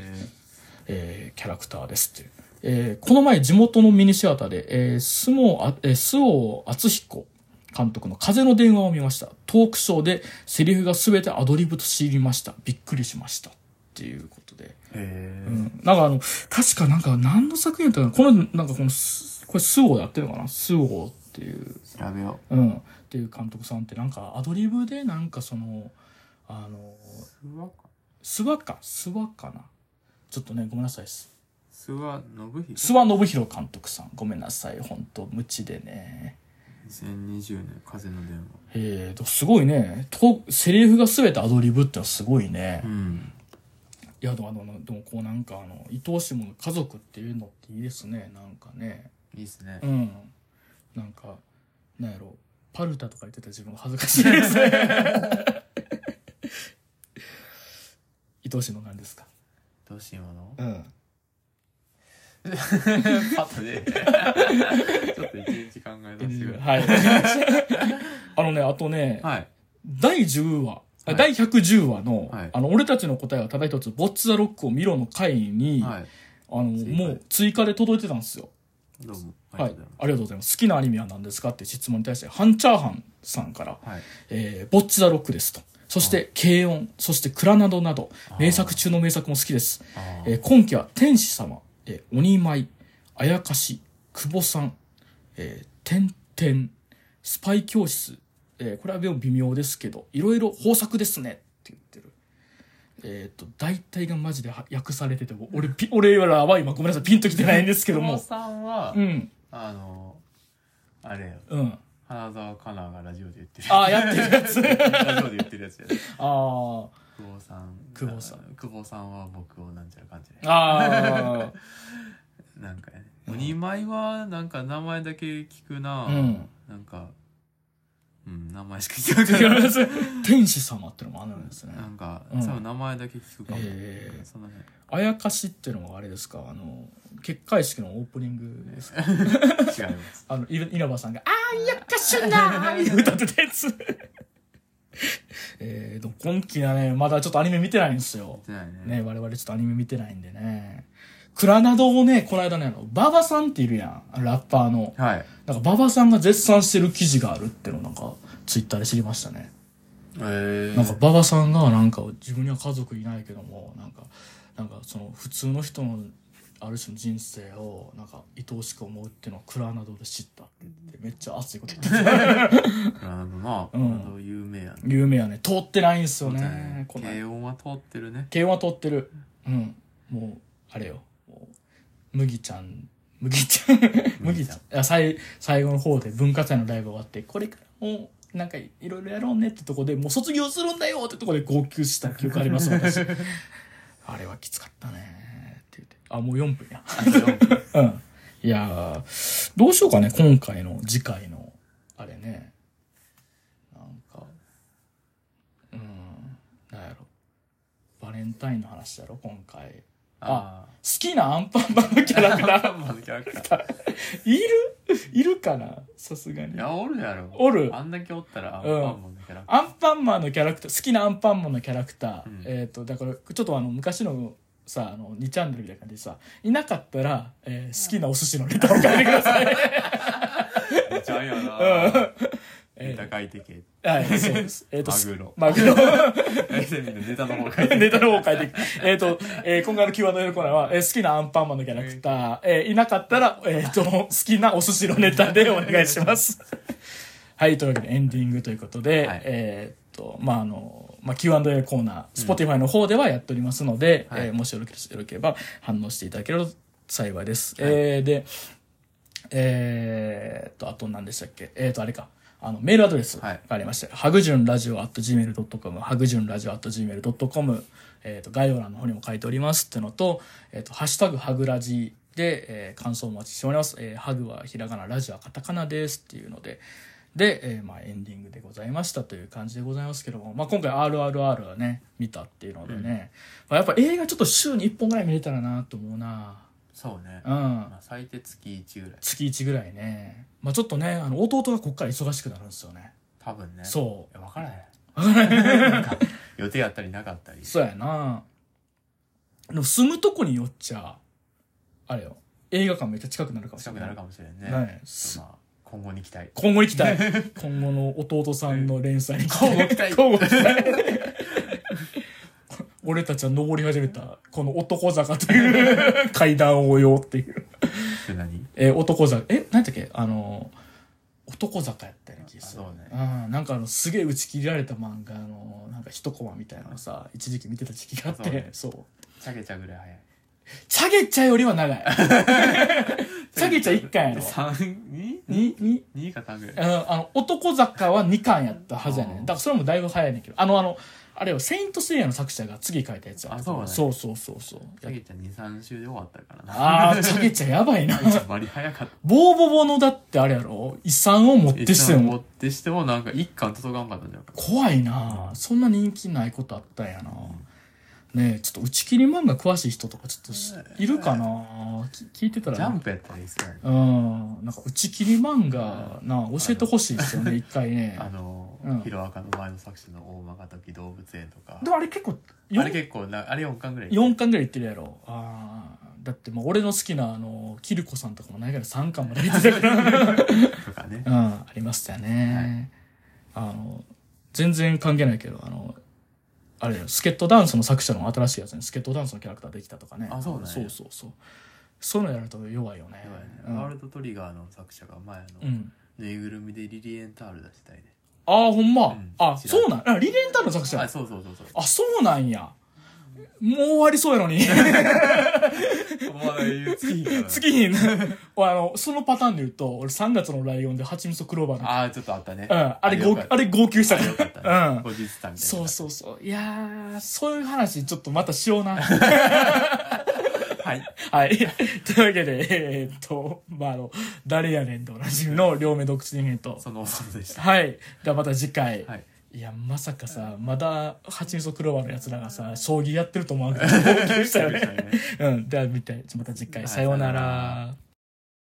Speaker 1: えーキャラクターですっていう。えーこの前地元のミニシアターで、えー、須毛あえー須尾敦彦監督の風の電話を見ました。トークショーでセリフが全てアドリブと知りました。びっくりしました。っていうことで。
Speaker 2: えへ
Speaker 1: うん。
Speaker 2: え。
Speaker 1: なんかあの、確かなんか何の作品だったかなこの、なんかこのす、これ須尾でやってるのかな須尾っていう。
Speaker 2: 調べよ
Speaker 1: うん。っていう監督さんってなんかアドリブでなんかその、あの、
Speaker 2: う。ス
Speaker 1: 諏
Speaker 2: ワか。
Speaker 1: 訪か、諏訪かなちょっとね、ごめんなさい。
Speaker 2: スワ信
Speaker 1: 諏
Speaker 2: 弘。
Speaker 1: 訪信弘監督さんごめんなさい本当無知でね
Speaker 2: 2020年、風の電話。
Speaker 1: えーとすごいねとセリフが全てアドリブってのはすごいね、
Speaker 2: うん。
Speaker 1: いやでもあのでもこうなんかあの愛おしいもの家族っていうのっていいですねなんかね
Speaker 2: いいっすね
Speaker 1: う。んなんかなんやろパルタとか言ってた自分が恥ずかしい ですね愛おしいのなんですか
Speaker 2: どうしようもの
Speaker 1: うん
Speaker 2: パッとね。 ちょっと一日考えさせてくだ
Speaker 1: はい あのねあとね
Speaker 2: さい。はい。
Speaker 1: 第10話、あ
Speaker 2: はい
Speaker 1: 第110話の、
Speaker 2: はい
Speaker 1: あの、俺たちの答えはただ一つ、ボッツ・ザ・ロックを見ろの回に、
Speaker 2: は
Speaker 1: あ
Speaker 2: い。
Speaker 1: の、
Speaker 2: 追加で
Speaker 1: もう追加で届いてたんですよ。
Speaker 2: どうも。あり
Speaker 1: は
Speaker 2: が
Speaker 1: い
Speaker 2: とうござい。
Speaker 1: ありがとうございます。好きなアニメは何ですかって質問に対して、ハンチャーハンさんから、
Speaker 2: ます。はい。
Speaker 1: えー、ボッチ・ザ・ロックですと。そして、軽音、そして、クラなどなど、名作中の名作も好きです。
Speaker 2: あー
Speaker 1: えー今期は天使様、えー、鬼舞、あやかし、久保さん、えー、天天、スパイ教室、えーこれはでも微妙ですけど、いろいろ豊作ですねって言ってる。えっ、と、大体がマジでは訳されてても、俺、ピ俺らは今ごめんなさい、ピンときてないんですけど
Speaker 2: 久保
Speaker 1: も。
Speaker 2: さんは
Speaker 1: う、ん、
Speaker 2: あの、あれよ。
Speaker 1: うん。
Speaker 2: 花澤香菜がラジオで言ってる。
Speaker 1: ああ、やってるやつ。
Speaker 2: ラジオで言ってるやつやね。
Speaker 1: あ
Speaker 2: 久保さん。
Speaker 1: 久保さん
Speaker 2: あの。久保さんは僕をなんちゃらかんちゃ
Speaker 1: あ、あ
Speaker 2: ら。なんかね。鬼舞は、なんか名前だけ聞くな
Speaker 1: あ、う。ん。
Speaker 2: なんか、うん、名前しか聞か
Speaker 1: 違
Speaker 2: なか っ
Speaker 1: います天使様ってのもあるんですね
Speaker 2: た。なんか、
Speaker 1: うん
Speaker 2: 多分名前だけ聞くかも。
Speaker 1: ええ
Speaker 2: その辺。
Speaker 1: あやかしっていうのはあれですかあの結界式のオープニングですか
Speaker 2: 違います。
Speaker 1: あのい稲葉さんが「あーやかしゅなー」って歌ってたやつ えーでも今期はねまだちょっとアニメ見てないんですよ
Speaker 2: じゃない
Speaker 1: ね
Speaker 2: ね。
Speaker 1: 我々ちょっとアニメ見てないんでねクラナドをねこの間ねあの馬場さんっているやんあのラッパーの
Speaker 2: はい。
Speaker 1: なんか馬場さんが絶賛してる記事があるっていうのをなんかツイッターで知りましたね
Speaker 2: えー
Speaker 1: なんか馬場さんがなんか自分には家族いないけどもなんかなんかその普通の人のある種の人生をなんか愛おしく思うっていうのをクラナドで知ったって言ってめっちゃ熱いこと言 ってた
Speaker 2: あのな、あ
Speaker 1: うん
Speaker 2: の有名やね。
Speaker 1: 有名やね通ってないんですよ
Speaker 2: そうだ
Speaker 1: ね
Speaker 2: ね
Speaker 1: この
Speaker 2: 慶応は通ってる ね。
Speaker 1: 慶応は通ってるうんもうあれよもう麦ちゃ ん麦ちゃん麦ちゃんあ最最後の方で文化祭のライブ終わってこれからもなんかいろいろやろうねってとこでもう卒業するんだよってとこで号泣した記憶あります 私あれはきつかったねって言ってあもう4分やうんいやーどうしようかね今回の次回のあれねなんかうんなんやろバレンタインの話だろ今回
Speaker 2: あ
Speaker 1: 好きなアンパンマンのキャラクター
Speaker 2: あ。アンパンマンのキャラクター
Speaker 1: いるいるかなさすが
Speaker 2: い
Speaker 1: に。
Speaker 2: や、おるやろ。
Speaker 1: おる
Speaker 2: あんだけおったら、アンパンマンのキャラク
Speaker 1: アンパンマンのキャラクター、好きなアンパンマンのキャラクター、
Speaker 2: うん
Speaker 1: えっ、と、だから、ちょっとあの、昔のさ、あの、2チャンネルみたいな感じでさ、いなかったら、えー好きなお寿司のネタを書いてください。
Speaker 2: ター。めっちゃあんやな。
Speaker 1: え
Speaker 2: ネタ書いてけ。
Speaker 1: ーはい、 そうです。えっ、と、
Speaker 2: マグロ
Speaker 1: マグロ。
Speaker 2: 大体みんなネタの方書いて
Speaker 1: ネタの方を変えていく。えっ、と、えー今回の Q&A のコーナーは、えー好きなアンパンマンのキャラクター、えーいなかったら、えっ、と、好きなお寿司のネタでお願いし ます。はい、というわけでエンディングということで、
Speaker 2: はい
Speaker 1: えーっと、まあ、あの、まあ、Q&A コーナー、Spotify の方ではやっておりますので、
Speaker 2: はい
Speaker 1: えーもしよろしければ反応していただけると幸いです。えーで、えーっと、あと何でしたっけえーっと、あれか。あの、メールアドレス
Speaker 2: は
Speaker 1: が
Speaker 2: い
Speaker 1: ありまして、はぐじゅんラジオ at gmail.com、はぐじゅんラジオ at gmail.com、えーっと、概要欄の方にも書いておりますっていうのと、えーっと、ハッシュタグはぐらじで、えー感想をお待ちしております。えーハグはひらがな、ラジオはカタカナですっていうので、で、えーまあ、エンディングでございましたという感じでございますけども、まあ、今回 RRR はね、見たっていうのでね、まあ、やっぱ映画ちょっと週に1本ぐらい見れたらなと思うな
Speaker 2: そうね。
Speaker 1: うん。
Speaker 2: まあ最低月1ぐらい。
Speaker 1: 月1ぐらいね。まあ、ちょっとね、あの、弟がこっから忙しくなるんですよね。
Speaker 2: 多分ね。う。
Speaker 1: そ
Speaker 2: 分からへん。なんか予定あったりなかったり
Speaker 1: う。。そうやなでも住むとこによっちゃ、あれよ、映画館めっちゃ近くなるかもし
Speaker 2: 近
Speaker 1: れ
Speaker 2: く
Speaker 1: ない。
Speaker 2: なるかもしれんね。
Speaker 1: ね
Speaker 2: ちょっとまあ、今後に期待。
Speaker 1: 今後行き たい。今後の弟さんの連載に
Speaker 2: 今後期待
Speaker 1: 今後期待。俺たちは登り始めた、この男坂と いう階段をようっていう。
Speaker 2: って何
Speaker 1: えー男坂、え、何だっけあのー、男坂やったような気がする。
Speaker 2: あそうね
Speaker 1: んなんかあの、すげえ打ち切られた漫画の、なんか一コマみたいなのさ、一時期見てた時期があっ
Speaker 2: あそ
Speaker 1: て
Speaker 2: うね、
Speaker 1: そう,、
Speaker 2: チャゲチャぐらい早い。
Speaker 1: チャゲチャよりは 長い。チャゲチャ1巻やろ。
Speaker 2: 3、2?2
Speaker 1: に、に、
Speaker 2: か3ぐらい。
Speaker 1: あのあの男坂は2巻やったはずやねん
Speaker 2: あー
Speaker 1: だからそれもだいぶ早いねんけどあのあのあれよ「セイント・セイヤ」の作者が次書いたやつや
Speaker 2: あそうなんや
Speaker 1: そうそうそうそう
Speaker 2: チャゲちゃん2、3週で終わったからな。
Speaker 1: ああチャゲちゃんやばいな
Speaker 2: バリ早かった。
Speaker 1: ボーボボのだってあれやろ遺産を持ってして
Speaker 2: 持
Speaker 1: も
Speaker 2: ってしてもなんか一巻届かんかったんじゃんか。
Speaker 1: 怖いなそんな人気ないことあったんやなねえちょっと打ち切り漫画詳しい人とかちょっとしいるかなき聞いてたら
Speaker 2: ジャンプやったらいいっすかね。
Speaker 1: うんなんか打ち切り漫画な教えてほしいですよね一回ね
Speaker 2: あの
Speaker 1: うん、
Speaker 2: ヒロアカの前の作者の大間が時動物園とか。
Speaker 1: でもあれ結構
Speaker 2: あれ結構な、あれ4巻ぐらい。
Speaker 1: 4巻ぐらいいってるやろああだってもう俺の好きなあのキルコさんとかもないから3巻まで入ってた から
Speaker 2: とかね
Speaker 1: う。んありましたよね、あの全然関係ないけどあのあれだよスケットダンスの作者の新しいやつにスケットダンスのキャラクターできたとかね
Speaker 2: あそうなんや
Speaker 1: そうそうそうそういうのやると弱いよね
Speaker 2: やばいね
Speaker 1: うん
Speaker 2: ワールドトリガーの作者が前の、
Speaker 1: うん
Speaker 2: ぬいぐるみでリリエンタール出したいね。
Speaker 1: ああほんま、
Speaker 2: ん
Speaker 1: あ
Speaker 2: 知らん
Speaker 1: そうなんあリレンタルの作者
Speaker 2: あ、そうそうそうそう。
Speaker 1: あそうなんやもう終わりそうやのに
Speaker 2: お前、月日から
Speaker 1: 次に、あの、そのパターンで言うと、俺3月のライオンで蜂蜜とクローバーの
Speaker 2: あー、ちょっとあったね。
Speaker 1: うん、あれ、
Speaker 2: よ
Speaker 1: 号
Speaker 2: かっ、た
Speaker 1: あれ、号泣した
Speaker 2: よかっ
Speaker 1: から。
Speaker 2: た
Speaker 1: う
Speaker 2: ね。
Speaker 1: ん
Speaker 2: 後。日談みたいな。
Speaker 1: そうそうそう。いやー、そういう話、ちょっとまたしような。
Speaker 2: はい。
Speaker 1: はい。というわけで、えーっと、まあ、あの、誰やねんとおなじみの両目独自人間と。
Speaker 2: そのおさでした。
Speaker 1: はい。ではまた次回。
Speaker 2: はい。
Speaker 1: いや、まさかさ、まだ、蜂蜜とクローバーのやつらがさ、将棋やってると思わなくて、びっくりしたよね。うん。では、みたい。また次回、
Speaker 2: はい
Speaker 1: さような
Speaker 2: さような
Speaker 1: ら。